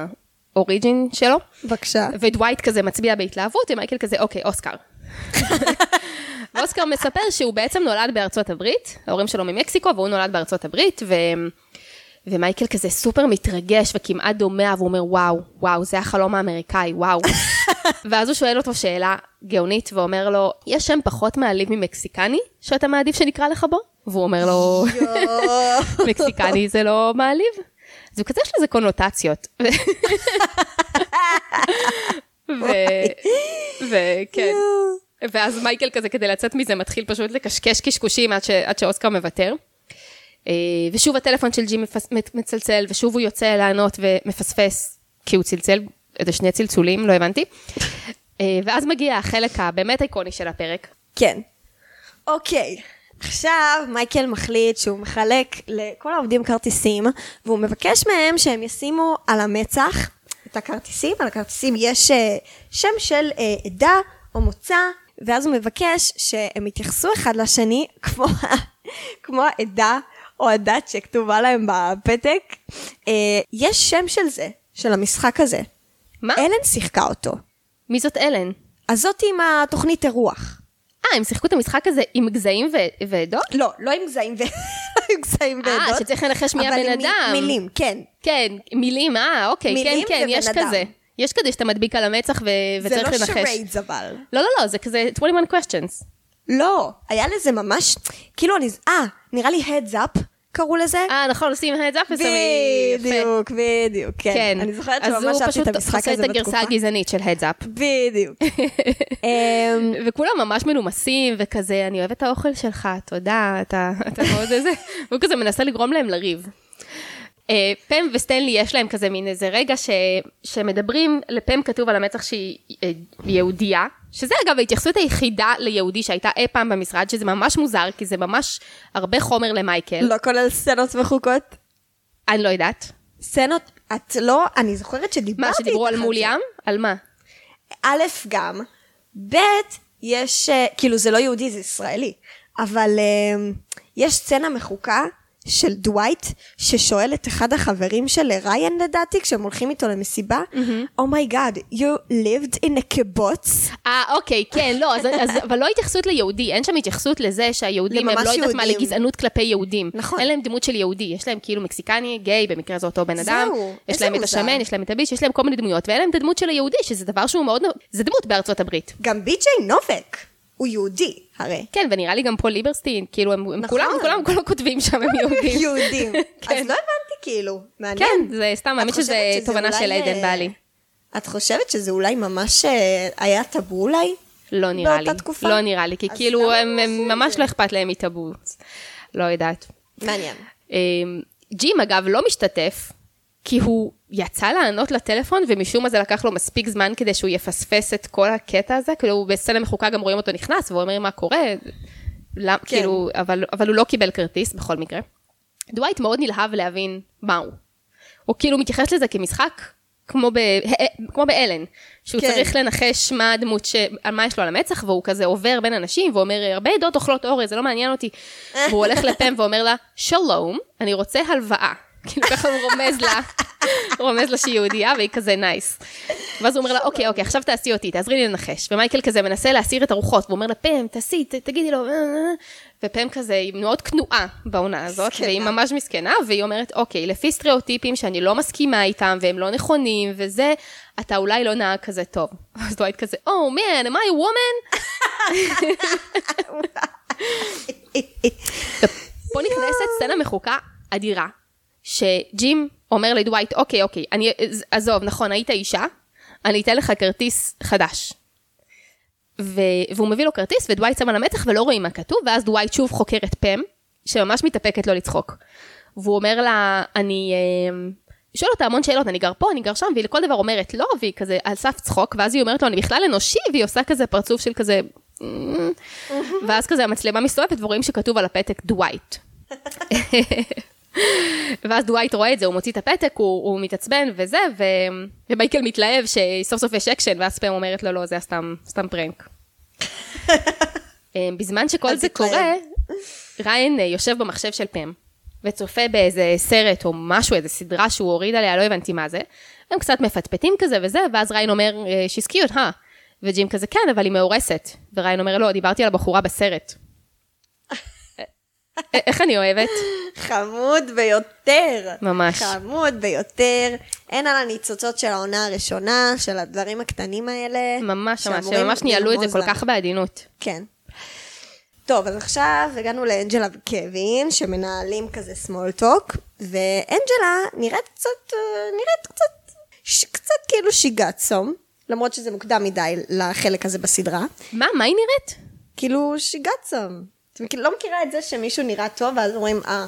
[SPEAKER 2] האוריג'ין שלו?
[SPEAKER 1] בבקשה.
[SPEAKER 2] ודווייט כזה מצביע בהתלהבות, ומייקל כזה, אוקיי, אוסקר. ואוסקר מספר שהוא בעצם נולד בארצות הברית, ההורים שלו ממקסיקו, והוא נולד בארצות הברית, ו... ומייקל כזה סופר מתרגש וכמעט דומע, והוא אומר, וואו, וואו, זה החלום האמריקאי, וואו. ואז הוא שואל אותו שאלה גאונית, ואומר לו, יש שם פחות מעליב ממקסיקני, שאתה מעדיף שנקרא לך בו? והוא אומר לו,
[SPEAKER 1] אה,
[SPEAKER 2] מקסיקני זה לא מעליב. אז הוא כזה יש לזה קונוטציות. ו- ו-
[SPEAKER 1] כן.
[SPEAKER 2] וכן. ואז מייקל כזה, כדי לצאת מזה, מתחיל פשוט לקשקש קשקושים עד, ש- עד שאוסקר מוותר. אה, ושוב הטלפון של ג'י מפס- מת- מצלצל, ושוב הוא יוצא לענות ומפספס, כי הוא צלצל איזה שני צלצולים, לא הבנתי. אה, ואז מגיע החלק הבאמת איקוני של הפרק.
[SPEAKER 1] כן. אוקיי. עכשיו מייקל מחליט שהוא מחלק לכל העובדים כרטיסים, והוא מבקש מהם שהם ישימו על המצח את הכרטיסים. על הכרטיסים יש אה, שם של אה, עדה או מוצא, ואז הוא מבקש שהם יתייחסו אחד לשני כמו, ה- כמו העדה או הדת שכתובה להם בפתק. אה, יש שם של זה, של המשחק הזה.
[SPEAKER 2] מה?
[SPEAKER 1] אלן שיחקה אותו.
[SPEAKER 2] מי זאת אלן?
[SPEAKER 1] אז זאת עם התוכנית אירוח.
[SPEAKER 2] אה, הם שיחקו את המשחק הזה עם גזעים ו- ועדות?
[SPEAKER 1] לא, לא עם גזעים ו... לא עם גזעים
[SPEAKER 2] אה,
[SPEAKER 1] ועדות.
[SPEAKER 2] שצריך לנחש מי
[SPEAKER 1] אבל
[SPEAKER 2] הבן
[SPEAKER 1] עם מי-
[SPEAKER 2] אדם.
[SPEAKER 1] מילים, כן.
[SPEAKER 2] כן, מילים, אה, אוקיי,
[SPEAKER 1] מילים
[SPEAKER 2] כן, כן,
[SPEAKER 1] ובן
[SPEAKER 2] יש
[SPEAKER 1] אדם.
[SPEAKER 2] כזה. יש כזה שאתה מדביק על המצח ו-
[SPEAKER 1] זה
[SPEAKER 2] וצריך
[SPEAKER 1] לא
[SPEAKER 2] לנחש.
[SPEAKER 1] שריידס אבל.
[SPEAKER 2] לא, לא, לא, זה כזה 21 questions.
[SPEAKER 1] לא, היה לזה ממש, כאילו אני, אה, נראה לי heads up קראו לזה.
[SPEAKER 2] אה, נכון, עושים heads up ושמים... יפה.
[SPEAKER 1] בדיוק, בדיוק, כן. אני זוכרת שממש אהבתי את המשחק הזה בתקופה.
[SPEAKER 2] אז הוא פשוט עושה את הגרסה הגזענית של heads up.
[SPEAKER 1] בדיוק. אמ,
[SPEAKER 2] וכולם ממש מנומסים, וכזה, אני אוהבת את האוכל שלך, תודה, אתה אתה מאוד איזה... והוא כזה מנסה לגרום להם לריב. אה, פם וסטנלי יש להם כזה מין איזה רגע ש... שמדברים, לפם כתוב על המצח שהיא אה, יהודייה, שזה אגב ההתייחסות היחידה ליהודי שהייתה אי פעם במשרד, שזה ממש מוזר, כי זה ממש הרבה חומר למייקל.
[SPEAKER 1] לא כולל סצנות וחוקות.
[SPEAKER 2] אני לא יודעת.
[SPEAKER 1] סצנות, את לא, אני זוכרת שדיברתי
[SPEAKER 2] מה,
[SPEAKER 1] איתך.
[SPEAKER 2] שדיברו על
[SPEAKER 1] זה.
[SPEAKER 2] מול ים? על מה?
[SPEAKER 1] א', גם, ב', יש, אה, כאילו זה לא יהודי, זה ישראלי, אבל אה, יש סצנה מחוקה של דווייט, ששואל את אחד החברים של ריין לדעתי, כשהם הולכים איתו למסיבה, אומייגאד, mm-hmm. oh my God, you lived in a kibbutz?
[SPEAKER 2] אה, אוקיי, כן, לא, אז, אז, אבל לא התייחסות ליהודי, אין שם התייחסות לזה שהיהודים הם
[SPEAKER 1] לממש
[SPEAKER 2] לא יודעת מה,
[SPEAKER 1] יהודים.
[SPEAKER 2] לגזענות כלפי יהודים.
[SPEAKER 1] נכון.
[SPEAKER 2] אין להם דמות של יהודי, יש להם כאילו מקסיקני, גיי, במקרה זה אותו בן
[SPEAKER 1] זהו,
[SPEAKER 2] אדם. יש
[SPEAKER 1] איזה
[SPEAKER 2] להם את
[SPEAKER 1] מוזר.
[SPEAKER 2] השמן, יש להם את הביש, יש להם כל מיני דמויות, ואין להם את הדמות של היהודי, שזה דבר שהוא מאוד, נ- זה דמות בארצות הברית.
[SPEAKER 1] גם בי.ג'יי נובק הוא יהודי, הרי.
[SPEAKER 2] כן, ונראה לי גם פול ליברסטין, כאילו, הם, הם
[SPEAKER 1] נכון.
[SPEAKER 2] כולם, כולם, כולם כותבים שם הם יהודים.
[SPEAKER 1] יהודים. אז
[SPEAKER 2] כן.
[SPEAKER 1] לא הבנתי כאילו, מעניין.
[SPEAKER 2] כן, זה סתם,
[SPEAKER 1] את
[SPEAKER 2] האמת שזה
[SPEAKER 1] חושבת
[SPEAKER 2] תובנה
[SPEAKER 1] אולי,
[SPEAKER 2] של עדן,
[SPEAKER 1] אה,
[SPEAKER 2] בא לי.
[SPEAKER 1] את חושבת שזה אולי ממש אה, היה טאבו אולי?
[SPEAKER 2] לא נראה לי.
[SPEAKER 1] באותה תקופה?
[SPEAKER 2] לא נראה לי, כי
[SPEAKER 1] אז
[SPEAKER 2] כאילו,
[SPEAKER 1] למה
[SPEAKER 2] הם,
[SPEAKER 1] הם
[SPEAKER 2] הם
[SPEAKER 1] עשו את
[SPEAKER 2] ממש
[SPEAKER 1] זה?
[SPEAKER 2] לא אכפת להם מטאבוץ. לא יודעת.
[SPEAKER 1] מעניין.
[SPEAKER 2] אמ, ג'ים אגב לא משתתף, כי הוא יצא לענות לטלפון ומשום מה זה לקח לו מספיק זמן כדי שהוא יפספס את כל הקטע הזה, כאילו הוא בסצנה מחוקה גם רואים אותו נכנס והוא אומר מה קורה, למ,
[SPEAKER 1] כן.
[SPEAKER 2] כאילו, אבל, אבל הוא לא קיבל כרטיס בכל מקרה. דווייט מאוד נלהב להבין מהו. הוא כאילו מתייחס לזה כמשחק כמו, ב, אה, כמו באלן, שהוא
[SPEAKER 1] כן.
[SPEAKER 2] כן. צריך לנחש מה הדמות, ש, על מה יש לו על המצח, והוא כזה עובר בין אנשים ואומר, הרבה עדות אוכלות אורז, זה לא מעניין אותי. והוא הולך לפם ואומר לה, שלום, אני רוצה הלוואה. כאילו ככה הוא רומז לה, רומז לה שהיא יהודייה, והיא כזה נייס. ואז הוא אומר לה, אוקיי, אוקיי, עכשיו תעשי אותי, תעזרי לי לנחש. ומייקל כזה מנסה להסיר את הרוחות, והוא אומר לה, פם, תעשי, ת- תגידי לו, אה, אה, אה." ופם כזה, היא מאוד כנועה בעונה הזאת,
[SPEAKER 1] מסכנה.
[SPEAKER 2] והיא ממש מסכנה, והיא אומרת, אוקיי, לפי סטריאוטיפים שאני לא מסכימה איתם, והם לא נכונים, וזה, אתה אולי לא נהג כזה טוב. אז דווייט כזה, או, מן, am I a woman? פה נכנסת סצנה מחוקה אדירה, שג'ים אומר לדווייט, אוקיי, אוקיי, אני, עזוב, נכון, היית אישה, אני אתן לך כרטיס חדש. ו... והוא מביא לו כרטיס, ודווייט שם על המצח ולא רואים מה כתוב, ואז דווייט שוב חוקר את פם, שממש מתאפקת לא לצחוק. והוא אומר לה, אני... אמ, שואל אותה המון שאלות, אני גר פה, אני גר שם, והיא לכל דבר אומרת לא, והיא כזה על סף צחוק, ואז היא אומרת לו, אני בכלל אנושי, והיא עושה כזה פרצוף של כזה... "אמ". ואז כזה המצלמה מסתובבת ורואים שכתוב על הפתק דווייט. ואז דווייט רואה את זה, הוא מוציא את הפתק, הוא, הוא מתעצבן וזה, ו... ומייקל מתלהב שסוף סוף יש אקשן, ואז פם אומרת לו, לא, זה היה סתם, סתם פרנק. אה, בזמן
[SPEAKER 1] אל
[SPEAKER 2] שכל זה
[SPEAKER 1] תתלהב.
[SPEAKER 2] קורה, ריין אה, יושב במחשב של פם, וצופה באיזה סרט או משהו, איזה סדרה שהוא הוריד עליה, לא הבנתי מה זה. הם קצת מפטפטים כזה וזה, ואז ריין אומר, אה, She's cute, huh? וג'ים כזה, כן, אבל היא מאורסת. וריין אומר, לא, דיברתי על הבחורה בסרט. אה, איך אני אוהבת?
[SPEAKER 1] חמוד ביותר.
[SPEAKER 2] ממש.
[SPEAKER 1] חמוד ביותר. אין על הניצוצות של העונה הראשונה, של הדברים הקטנים האלה.
[SPEAKER 2] ממש ממש,
[SPEAKER 1] שאמורים
[SPEAKER 2] שממש ניהלו את זה
[SPEAKER 1] לרמוז
[SPEAKER 2] כל
[SPEAKER 1] לנו.
[SPEAKER 2] כך בעדינות.
[SPEAKER 1] כן. טוב, אז עכשיו הגענו לאנג'לה וקווין, שמנהלים כזה small talk, ואנג'לה נראית קצת, אה, נראית קצת, ש- קצת כאילו שיגאצום, למרות שזה מוקדם מדי לחלק הזה בסדרה.
[SPEAKER 2] מה, מה היא נראית?
[SPEAKER 1] כאילו שיגאצום. את מכיר- לא מכירה את זה שמישהו נראה טוב, ואז אומרים, אה,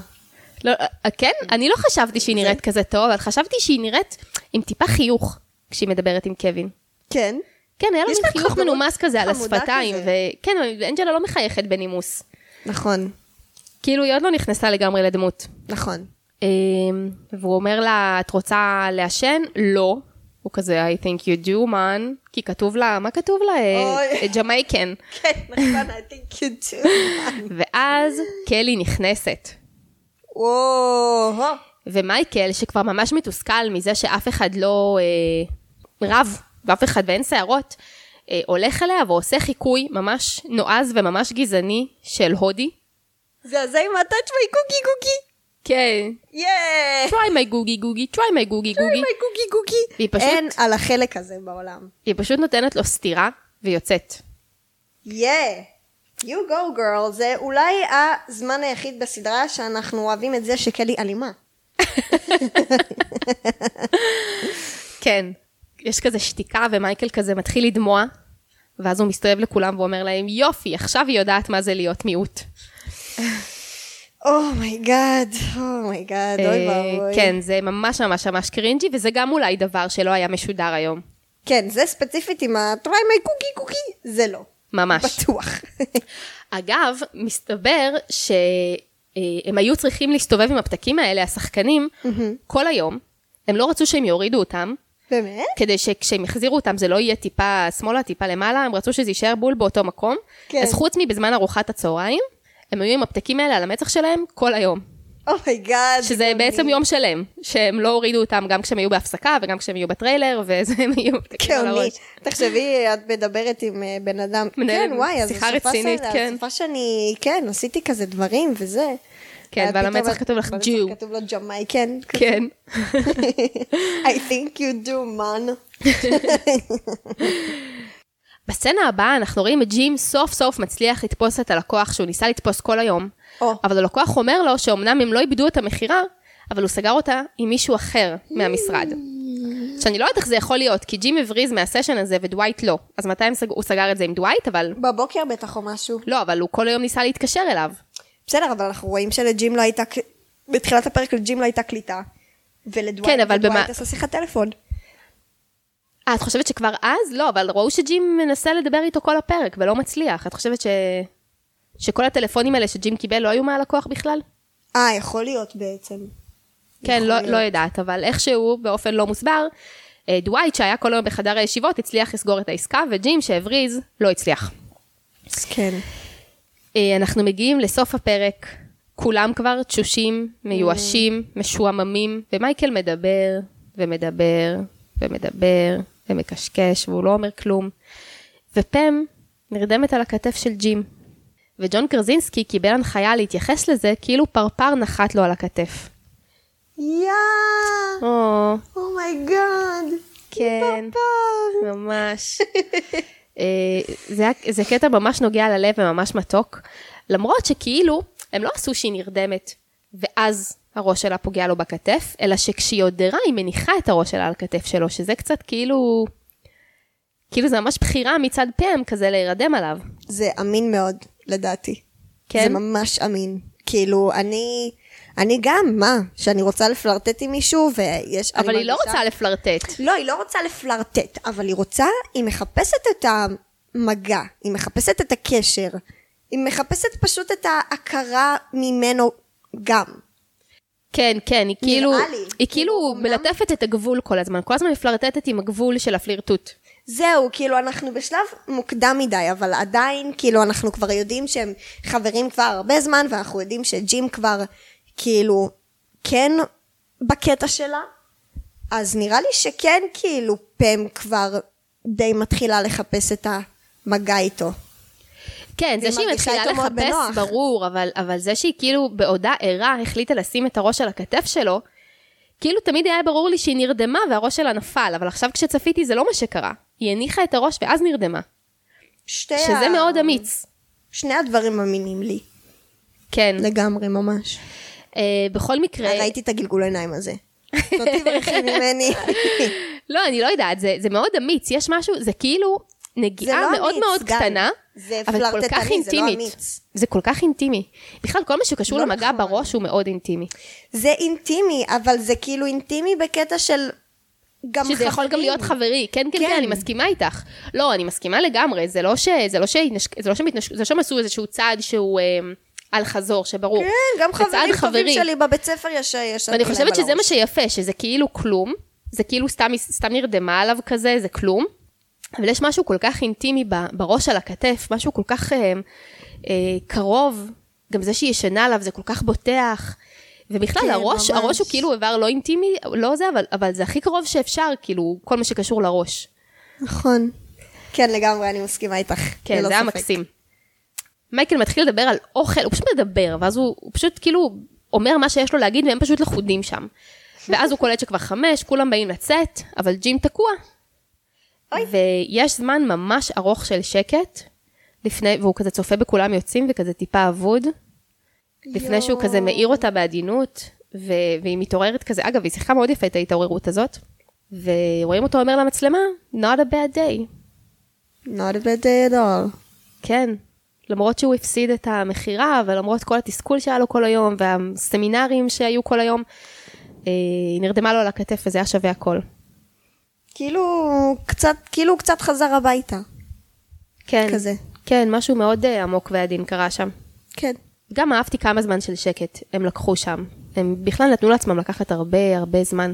[SPEAKER 2] לא, אה, כן? אני לא חשבתי שהיא נראית כזה טוב, אבל חשבתי שהיא נראית עם טיפה חיוך כשהיא מדברת עם קווין.
[SPEAKER 1] כן.
[SPEAKER 2] כן, היה לה
[SPEAKER 1] יש
[SPEAKER 2] מין
[SPEAKER 1] לה
[SPEAKER 2] חיוך
[SPEAKER 1] חברות
[SPEAKER 2] מנומס כזה על
[SPEAKER 1] חמודה
[SPEAKER 2] השפתיים,
[SPEAKER 1] כזה.
[SPEAKER 2] וכן, אנג'לה לא מחייכת בנימוס.
[SPEAKER 1] נכון,
[SPEAKER 2] כאילו, היא עוד לא נכנסה לגמרי לדמות.
[SPEAKER 1] נכון.
[SPEAKER 2] אמ, והוא אומר לה, את רוצה לעשן? לא. הוא כזה, I think you do, man. כי כתוב לה, מה כתוב לה? "אה,
[SPEAKER 1] אוי.
[SPEAKER 2] ג'מייקן.
[SPEAKER 1] כן, נכון, I think you do.
[SPEAKER 2] ואז קלי נכנסת.
[SPEAKER 1] וואו,
[SPEAKER 2] ומייקל, שכבר ממש מתוסכל מזה שאף אחד לא אה, רב, ואף אחד ואין שערות, אה, הולך אליה ועושה חיקוי ממש נועז וממש גזעני של הודי.
[SPEAKER 1] זה הזה עם הטאצ' מי קוקי קוקי.
[SPEAKER 2] כן.
[SPEAKER 1] יאה!
[SPEAKER 2] try my גוגי גוגי, try my גוגי גוגי.
[SPEAKER 1] אוי, גוגי גוגי.
[SPEAKER 2] והיא פשוט-
[SPEAKER 1] אין על החלק הזה בעולם.
[SPEAKER 2] היא פשוט נותנת לו סטירה ויוצאת.
[SPEAKER 1] יאה. You go girl, זה אולי הזמן היחיד בסדרה שאנחנו אוהבים את זה שקלי אלימה.
[SPEAKER 2] כן. יש כזה שתיקה ומייקל כזה מתחיל לדמוע, ואז הוא מסתובב לכולם ואומר להם, יופי, עכשיו היא יודעת מה זה להיות מיעוט.
[SPEAKER 1] Oh אומייגאד, אומייגאד, Oh אוי
[SPEAKER 2] אה,
[SPEAKER 1] ואבוי.
[SPEAKER 2] כן, זה ממש ממש ממש קרינג'י, וזה גם אולי דבר שלא היה משודר היום.
[SPEAKER 1] כן, זה ספציפית עם הטריי מי קוקי קוקי, זה לא.
[SPEAKER 2] ממש.
[SPEAKER 1] בטוח.
[SPEAKER 2] אגב, מסתבר שהם היו צריכים להסתובב עם הפתקים האלה, השחקנים, כל היום. הם לא רצו שהם יורידו אותם,
[SPEAKER 1] באמת?
[SPEAKER 2] כדי שכשהם יחזירו אותם זה לא יהיה טיפה שמאלה, טיפה למעלה, הם רצו שזה יישאר בול באותו מקום.
[SPEAKER 1] כן.
[SPEAKER 2] אז חוץ מבזמן ארוחת הצהריים, הם היו עם הפתקים האלה על המצח שלהם כל היום.
[SPEAKER 1] Oh אומייגאד.
[SPEAKER 2] שזה בעצם יום שלם, שהם לא הורידו אותם גם כשהם היו בהפסקה וגם כשהם היו בטריילר, וזה הם היו עם הפתקים על
[SPEAKER 1] גאוני.
[SPEAKER 2] הראש.
[SPEAKER 1] כן, תחשבי, את מדברת עם אה, בן אדם.
[SPEAKER 2] מנהל
[SPEAKER 1] כן, וואי, אז
[SPEAKER 2] שיחה
[SPEAKER 1] הסופה
[SPEAKER 2] רצינית,
[SPEAKER 1] של-
[SPEAKER 2] כן.
[SPEAKER 1] הסופה שאני, כן, עשיתי כזה דברים וזה.
[SPEAKER 2] כן,
[SPEAKER 1] ואז
[SPEAKER 2] ועל
[SPEAKER 1] פתאום
[SPEAKER 2] המצח
[SPEAKER 1] את-
[SPEAKER 2] כתוב לך
[SPEAKER 1] במצח
[SPEAKER 2] Jew.
[SPEAKER 1] כתוב לו ג'מייקן. כזה.
[SPEAKER 2] כן.
[SPEAKER 1] I think you do, man.
[SPEAKER 2] בסצנה הבאה אנחנו רואים את ג'ים סוף סוף מצליח לתפוס את הלקוח שהוא ניסה לתפוס כל היום.
[SPEAKER 1] או.
[SPEAKER 2] אבל הלקוח אומר לו שאומנם הם לא איבדו את המכירה, אבל הוא סגר אותה עם מישהו אחר מהמשרד. שאני לא יודעת איך זה יכול להיות, כי ג'ים הבריז מהסשן הזה ודווייט לא. אז מתי הם סג... הוא סגר את זה עם דווייט, אבל...
[SPEAKER 1] בבוקר בטח או משהו.
[SPEAKER 2] לא, אבל הוא כל היום ניסה להתקשר אליו.
[SPEAKER 1] בסדר, אבל אנחנו רואים שלג'ים לא הייתה, ק- בתחילת הפרק לג'ים לא הייתה קליטה. ולדווייט
[SPEAKER 2] כן, אבל
[SPEAKER 1] ודווייט
[SPEAKER 2] במה-
[SPEAKER 1] עשה שיחת טלפון.
[SPEAKER 2] אה, את חושבת שכבר אז? לא, אבל ראו שג'ים מנסה לדבר איתו כל הפרק ולא מצליח. את חושבת ש... שכל הטלפונים האלה שג'ים קיבל לא היו מהלקוח בכלל?
[SPEAKER 1] אה, יכול להיות בעצם.
[SPEAKER 2] כן,
[SPEAKER 1] יכול
[SPEAKER 2] לא,
[SPEAKER 1] להיות.
[SPEAKER 2] לא יודעת, אבל איכשהו, באופן לא מוסבר, אה, דווייט שהיה כל היום בחדר הישיבות הצליח לסגור את העסקה, וג'ים שהבריז לא הצליח. לא-
[SPEAKER 1] כן.
[SPEAKER 2] אה, אנחנו מגיעים לסוף הפרק, כולם כבר תשושים, מיואשים,
[SPEAKER 1] Mm.
[SPEAKER 2] משועממים, ומייקל מדבר, ומדבר, ומדבר, ומקשקש, והוא לא אומר כלום. ופם נרדמת על הכתף של ג'ים. וג'ון קרזינסקי קיבל הנחיה להתייחס לזה כאילו פרפר נחת לו על הכתף.
[SPEAKER 1] יאה! Oh
[SPEAKER 2] או,
[SPEAKER 1] אומייגאד!
[SPEAKER 2] כן. ממש. אה, זה, היה- זה קטע ממש נוגע ללב וממש מתוק, למרות שכאילו, הם לא עשו שהיא נרדמת, ואז הראש שלה פוגע לו בכתף, אלא שכשהיא עוד ערה, היא מניחה את הראש שלה על הכתף שלו, שזה קצת כאילו... כאילו זה ממש בחירה מצד פם כזה להירדם עליו.
[SPEAKER 1] זה אמין מאוד, לדעתי.
[SPEAKER 2] כן?
[SPEAKER 1] זה ממש אמין. כאילו, אני... אני גם, מה? שאני רוצה לפלרטט עם מישהו, ויש... אני
[SPEAKER 2] אבל היא לא
[SPEAKER 1] מרגישה-
[SPEAKER 2] רוצה לפלרטט.
[SPEAKER 1] לא, היא לא רוצה לפלרטט, אבל היא רוצה... היא מחפשת את המגע, היא מחפשת את הקשר, היא מחפשת פשוט את ההכרה ממנו גם.
[SPEAKER 2] כן, כן, היא כאילו,
[SPEAKER 1] לי.
[SPEAKER 2] היא כאילו
[SPEAKER 1] אומנם-
[SPEAKER 2] מלטפת את הגבול כל הזמן, כל הזמן מפלרטטת עם הגבול של הפלירטוט.
[SPEAKER 1] זהו, כאילו, אנחנו בשלב מוקדם מדי, אבל עדיין, כאילו, אנחנו כבר יודעים שהם חברים כבר הרבה זמן, ואנחנו יודעים שג'ים כבר, כאילו, כן בקטע שלה, אז נראה לי שכן, כאילו, פם כבר די מתחילה לחפש את המגע איתו.
[SPEAKER 2] כן, זה
[SPEAKER 1] והיא
[SPEAKER 2] שהיא
[SPEAKER 1] מרגישה
[SPEAKER 2] מתחילה
[SPEAKER 1] איתו מאוד
[SPEAKER 2] לחפש,
[SPEAKER 1] בנוח.
[SPEAKER 2] ברור, אבל, אבל זה שהיא כאילו בעודה ערה החליטה לשים את הראש על הכתף שלו, כאילו תמיד היה ברור לי שהיא נרדמה והראש שלה נפל, אבל עכשיו כשצפיתי זה לא מה שקרה. היא הניחה את הראש ואז נרדמה,
[SPEAKER 1] שתי
[SPEAKER 2] שזה
[SPEAKER 1] ה-
[SPEAKER 2] מאוד אמיץ. Mm.
[SPEAKER 1] שני הדברים אמינים לי,
[SPEAKER 2] כן.
[SPEAKER 1] לגמרי ממש.
[SPEAKER 2] אה, בכל מקרה...
[SPEAKER 1] ראיתי את הגלגול עיניים הזה. לא תברכי ממני.
[SPEAKER 2] לא, אני לא יודעת, זה, זה מאוד אמיץ, יש משהו, זה כאילו נגיעה
[SPEAKER 1] זה לא
[SPEAKER 2] מאוד
[SPEAKER 1] אמיץ,
[SPEAKER 2] מאוד
[SPEAKER 1] גל.
[SPEAKER 2] קטנה,
[SPEAKER 1] זה
[SPEAKER 2] אבל כל
[SPEAKER 1] פלרטטני,
[SPEAKER 2] כך
[SPEAKER 1] זה לא
[SPEAKER 2] אינטימית.
[SPEAKER 1] אמיץ.
[SPEAKER 2] זה כל כך אינטימי. בכלל, כל מה שקשור
[SPEAKER 1] לא
[SPEAKER 2] למגע
[SPEAKER 1] נכון.
[SPEAKER 2] בראש הוא מאוד אינטימי.
[SPEAKER 1] זה אינטימי, אבל זה כאילו אינטימי בקטע של... גם
[SPEAKER 2] שזה יכול גם
[SPEAKER 1] חברים.
[SPEAKER 2] להיות חברי, כן, כן, כן,
[SPEAKER 1] כן.
[SPEAKER 2] אני מסכימה איתך. לא, אני מסכימה לגמרי, זה לא ש... זה לא שהתנשק... זה לא שהם התנשק... זה לא שהם עשו איזשהו צעד שהוא אה, על חזור, שברור.
[SPEAKER 1] כן, גם
[SPEAKER 2] זה צעד
[SPEAKER 1] חברים טובים
[SPEAKER 2] חברי.
[SPEAKER 1] שלי בבית ספר יש... יש
[SPEAKER 2] ואני
[SPEAKER 1] להם
[SPEAKER 2] חושבת
[SPEAKER 1] על
[SPEAKER 2] שזה
[SPEAKER 1] הראש.
[SPEAKER 2] מה שיפה, שזה כאילו כלום, זה כאילו סתם, סתם נרדמה עליו כזה, זה כלום, אבל יש משהו כל כך אינטימי ב- בראש על הכתף, משהו כל כך אה, אה, קרוב, גם זה שהיא ישנה עליו, זה כל כך בוטח. ובכלל,
[SPEAKER 1] כן,
[SPEAKER 2] כן, הראש,
[SPEAKER 1] ממש.
[SPEAKER 2] הראש הוא כאילו איבר לא אינטימי, לא זה, אבל, אבל זה הכי קרוב שאפשר, כאילו, כל מה שקשור לראש.
[SPEAKER 1] נכון. כן, לגמרי, אני מסכימה איתך.
[SPEAKER 2] כן,
[SPEAKER 1] ללא
[SPEAKER 2] זה היה
[SPEAKER 1] ספק.
[SPEAKER 2] מקסים. מייקל מתחיל לדבר על אוכל, הוא פשוט מדבר, ואז הוא, הוא פשוט כאילו אומר מה שיש לו להגיד, והם פשוט לכודים שם. ואז הוא קולט שכבר חמש, כולם באים לצאת, אבל ג'ים תקוע.
[SPEAKER 1] אוי.
[SPEAKER 2] ויש זמן ממש ארוך של שקט, לפני, והוא כזה צופה בכולם יוצאים, וכזה טיפה אבוד, לפני שהוא כזה מאיר אותה בעדינות, ו- והיא מתעוררת כזה, אגב, היא שיחקה מאוד יפה את ההתעוררות הזאת, ורואים אותו אומר למצלמה, not a bad day.
[SPEAKER 1] Not a bad day at all.
[SPEAKER 2] כן. למרות שהוא הפסיד את המכירה, ולמרות כל התסכול שהיה לו כל היום, והסמינרים שהיו כל היום, אה, היא נרדמה לו על הכתף וזה היה שווה הכל.
[SPEAKER 1] כאילו, קצת, כאילו הוא קצת חזר הביתה.
[SPEAKER 2] כן.
[SPEAKER 1] כזה.
[SPEAKER 2] כן, משהו מאוד אה, עמוק ועדין קרה שם.
[SPEAKER 1] כן.
[SPEAKER 2] גם אהבתי כמה זמן של שקט הם לקחו שם. הם בכלל נתנו לעצמם לקחת הרבה הרבה זמן.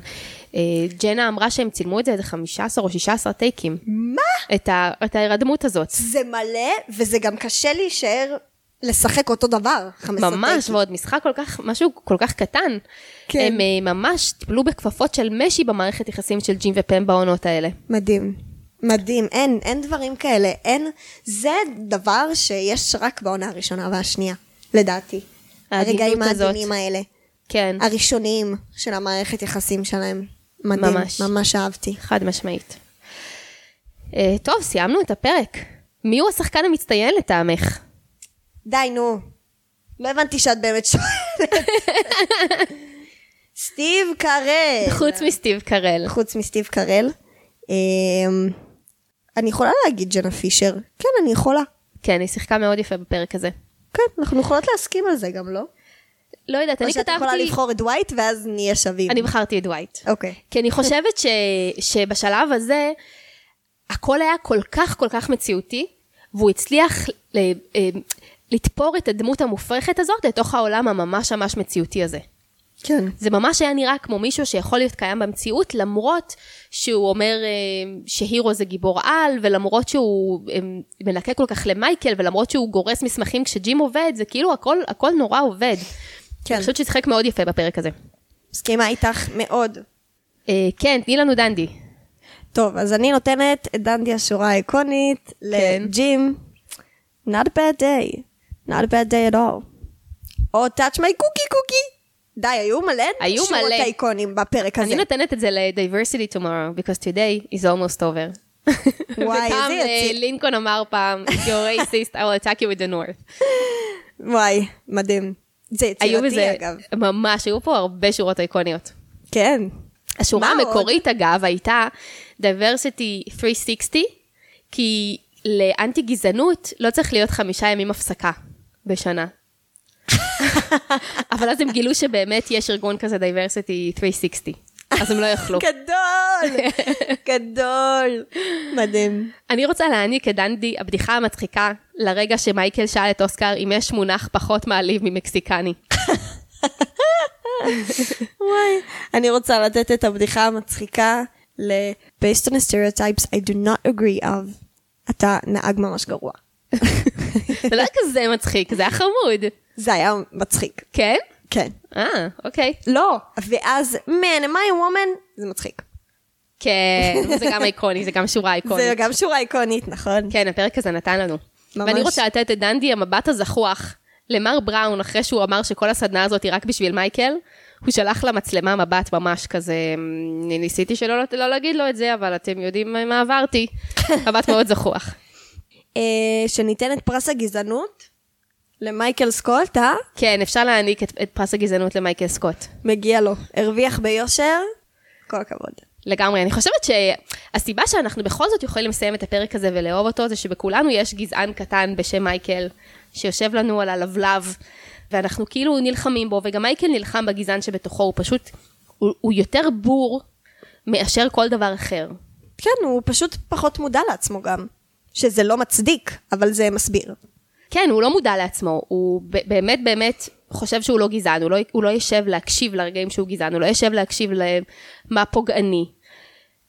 [SPEAKER 2] אה, ג'נה אמרה שהם צילמו את זה איזה 15 או 16 טייקים. מה? את, ה, את ההירדמות הזאת.
[SPEAKER 1] זה מלא, וזה גם קשה להישאר לשחק אותו דבר. 15
[SPEAKER 2] ממש,
[SPEAKER 1] טייקים.
[SPEAKER 2] ועוד משחק כל כך, משהו כל כך קטן.
[SPEAKER 1] כן.
[SPEAKER 2] כן. הם אה, ממש טיפלו בכפפות של משי במערכת יחסים של ג'ים ופם בעונות האלה.
[SPEAKER 1] מדהים. מדהים, אין, אין דברים כאלה, אין, זה דבר שיש רק בעונה הראשונה והשנייה, לדעתי.
[SPEAKER 2] העדינות
[SPEAKER 1] הרגעים
[SPEAKER 2] הזאת.
[SPEAKER 1] העדינים האלה,
[SPEAKER 2] כן,
[SPEAKER 1] הראשוניים של המערכת יחסים שלהם. מדהים,
[SPEAKER 2] ממש.
[SPEAKER 1] ממש אהבתי.
[SPEAKER 2] חד משמעית. אה, טוב, סיימנו את הפרק. מי הוא השחקן המצטיין לטעמך?
[SPEAKER 1] די, נו. לא הבנתי שאת באמת שואלת. סטיב קרל.
[SPEAKER 2] חוץ מסטיב קרל.
[SPEAKER 1] חוץ מסטיב קרל. אמ, אני יכולה להגיד ג'נה פישר. כן, אני יכולה.
[SPEAKER 2] כן, היא שיחקה מאוד יפה בפרק הזה.
[SPEAKER 1] כן, אנחנו יכולות להסכים על זה גם, לא?
[SPEAKER 2] לא יודעת, אני
[SPEAKER 1] או שאת יכולה
[SPEAKER 2] כתבתי...
[SPEAKER 1] לבחור את דווייט ואז נהיה שווים.
[SPEAKER 2] אני בחרתי את דווייט.
[SPEAKER 1] אוקיי.
[SPEAKER 2] כי אני חושבת ש, שבשלב הזה, הכל היה כל כך כל כך מציאותי, והוא הצליח ל, אה, לתפור את הדמות המופרכת הזאת לתוך העולם הממש ממש מציאותי הזה.
[SPEAKER 1] כן.
[SPEAKER 2] זה ממש היה נראה כמו מישהו שיכול להיות קיים במציאות, למרות שהוא אומר אה, שהירו זה גיבור על, ולמרות שהוא אה, מנקה כל כך למייקל, ולמרות שהוא גורס מסמכים כשג'ים עובד, זה כאילו הכל, הכל נורא עובד.
[SPEAKER 1] כן.
[SPEAKER 2] אני חושבת ששיחק מאוד יפה בפרק הזה.
[SPEAKER 1] מסכימה איתך מאוד.
[SPEAKER 2] אה, כן, תני לנו דנדי.
[SPEAKER 1] טוב, אז אני נותנת את דנדי השורה האיקונית
[SPEAKER 2] כן.
[SPEAKER 1] לג'ים. Not a bad day. Not a bad day at all. או touch my cookie cookie. די, היו מלא
[SPEAKER 2] היו
[SPEAKER 1] שורות
[SPEAKER 2] מלא.
[SPEAKER 1] אייקונים בפרק הזה.
[SPEAKER 2] אני נותנת את זה ל-diversity tomorrow, because today is almost over.
[SPEAKER 1] וואי, איזה
[SPEAKER 2] וגם, אה,
[SPEAKER 1] יציב.
[SPEAKER 2] לינקולן אמר פעם, if you're racist, I will attack you with the north.
[SPEAKER 1] וואי, מדהים. זה
[SPEAKER 2] היו בזה,
[SPEAKER 1] יצירתי אגב.
[SPEAKER 2] ממש, היו פה הרבה שורות איקוניות.
[SPEAKER 1] כן.
[SPEAKER 2] השורה
[SPEAKER 1] מה עוד?
[SPEAKER 2] המקורית, אגב, הייתה diversity 360, כי לאנטי גזענות לא צריך להיות חמישה ימים הפסקה בשנה. אבל אז הם גילו שבאמת יש ארגון כזה diversity 360, אז הם לא יכלו.
[SPEAKER 1] כן. גדול! גדול! מדהים.
[SPEAKER 2] אני רוצה להעניק את דנדי הבדיחה המצחיקה לרגע שמייקל שאל את אוסקר אם יש מונח פחות מעליב ממקסיקני.
[SPEAKER 1] וואי. אני רוצה לתת את הבדיחה המצחיקה ל- based on the stereotypes I do not agree of. אתה נהג ממש גרוע.
[SPEAKER 2] זה לא היה כזה מצחיק, זה היה חמוד.
[SPEAKER 1] זה היה מצחיק.
[SPEAKER 2] כן?
[SPEAKER 1] כן.
[SPEAKER 2] אה, אוקיי.
[SPEAKER 1] לא. ואז, man, am I a woman? זה מצחיק.
[SPEAKER 2] כן, זה גם איקוני, זה גם שורה איקונית.
[SPEAKER 1] זה גם שורה איקונית, נכון?
[SPEAKER 2] כן, הפרק הזה נתן לנו.
[SPEAKER 1] ממש.
[SPEAKER 2] ואני רוצה לתת את דנדי המבט הזחוח למר בראון, אחרי שהוא אמר שכל הסדנה הזאת היא רק בשביל מייקל, הוא שלח למצלמה מבט ממש כזה, "אני ניסיתי שלא לא, לא להגיד לו את זה, אבל אתם יודעים מה עברתי. מבט מאוד זחוח.
[SPEAKER 1] אה, שניתן את פרס הגזענות למייקל סקוט, אה?
[SPEAKER 2] כן, אפשר להעניק את, את פרס הגזענות למייקל סקוט.
[SPEAKER 1] מגיע לו. הרוויח ביושר, כל הכבוד.
[SPEAKER 2] לגמרי. אני חושבת שהסיבה שאנחנו בכל זאת יכולים לסיים את הפרק הזה ולאהוב אותו, זה שבכולנו יש גזען קטן בשם מייקל, שיושב לנו על הלבלב, ואנחנו כאילו נלחמים בו, וגם מייקל נלחם בגזען שבתוכו, הוא פשוט, הוא, הוא יותר בור מאשר כל דבר אחר.
[SPEAKER 1] כן, הוא פשוט פחות מודע לעצמו גם. שזה לא מצדיק, אבל זה מסביר.
[SPEAKER 2] כן, הוא לא מודע לעצמו, הוא ב- באמת באמת חושב שהוא לא גזען, הוא לא, הוא לא יושב להקשיב לרגעים שהוא גזען, הוא לא יושב להקשיב למה פוגעני.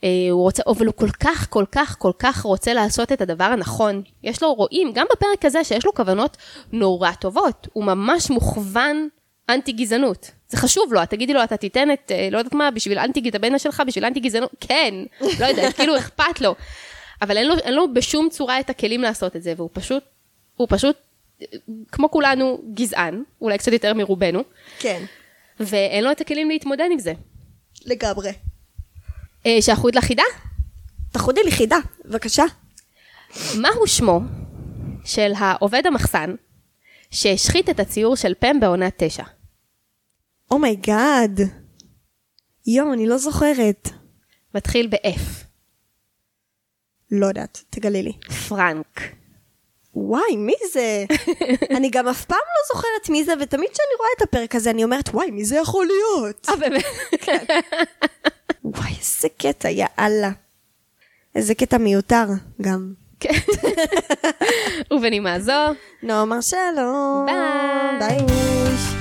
[SPEAKER 2] אה, הוא רוצה, אבל הוא כל כך, כל כך, כל כך רוצה לעשות את הדבר הנכון. יש לו, רואים, גם בפרק הזה, שיש לו כוונות נורא טובות. הוא ממש מוכוון אנטי גזענות. זה חשוב לו, את תגידי לו, אתה תיתן את, אה, לא יודעת מה, בשביל אנטי את הבן שלך, בשביל אנטי גזענות, כן, לא יודעת, כאילו אכפת לו. אבל אין לו, אין לו בשום צורה את הכלים לעשות את זה, והוא פשוט, הוא פשוט, אה, כמו כולנו, גזען, אולי קצת יותר מרובנו,
[SPEAKER 1] כן,
[SPEAKER 2] ואין לו את הכלים להתמודד עם זה.
[SPEAKER 1] לגמרי.
[SPEAKER 2] אה, שהחוד לחידה?
[SPEAKER 1] תחודי לי חידה, בבקשה.
[SPEAKER 2] מהו שמו של העובד המחסן שהשחית את הציור של פם בעונה תשע?
[SPEAKER 1] אומייגאד. Oh יואו, אני לא זוכרת.
[SPEAKER 2] מתחיל ב-F,
[SPEAKER 1] לא יודעת, תגלי לי.
[SPEAKER 2] פרנק.
[SPEAKER 1] וואי, מי זה? אני גם אף פעם לא זוכרת מי זה, ותמיד כשאני רואה את הפרק הזה, אני אומרת, וואי, מי זה יכול להיות?
[SPEAKER 2] אה, באמת?
[SPEAKER 1] וואי, איזה קטע, יאללה. איזה קטע מיותר, גם.
[SPEAKER 2] ובנימה זו,
[SPEAKER 1] נאמר שלום.
[SPEAKER 2] ביי.
[SPEAKER 1] ביי.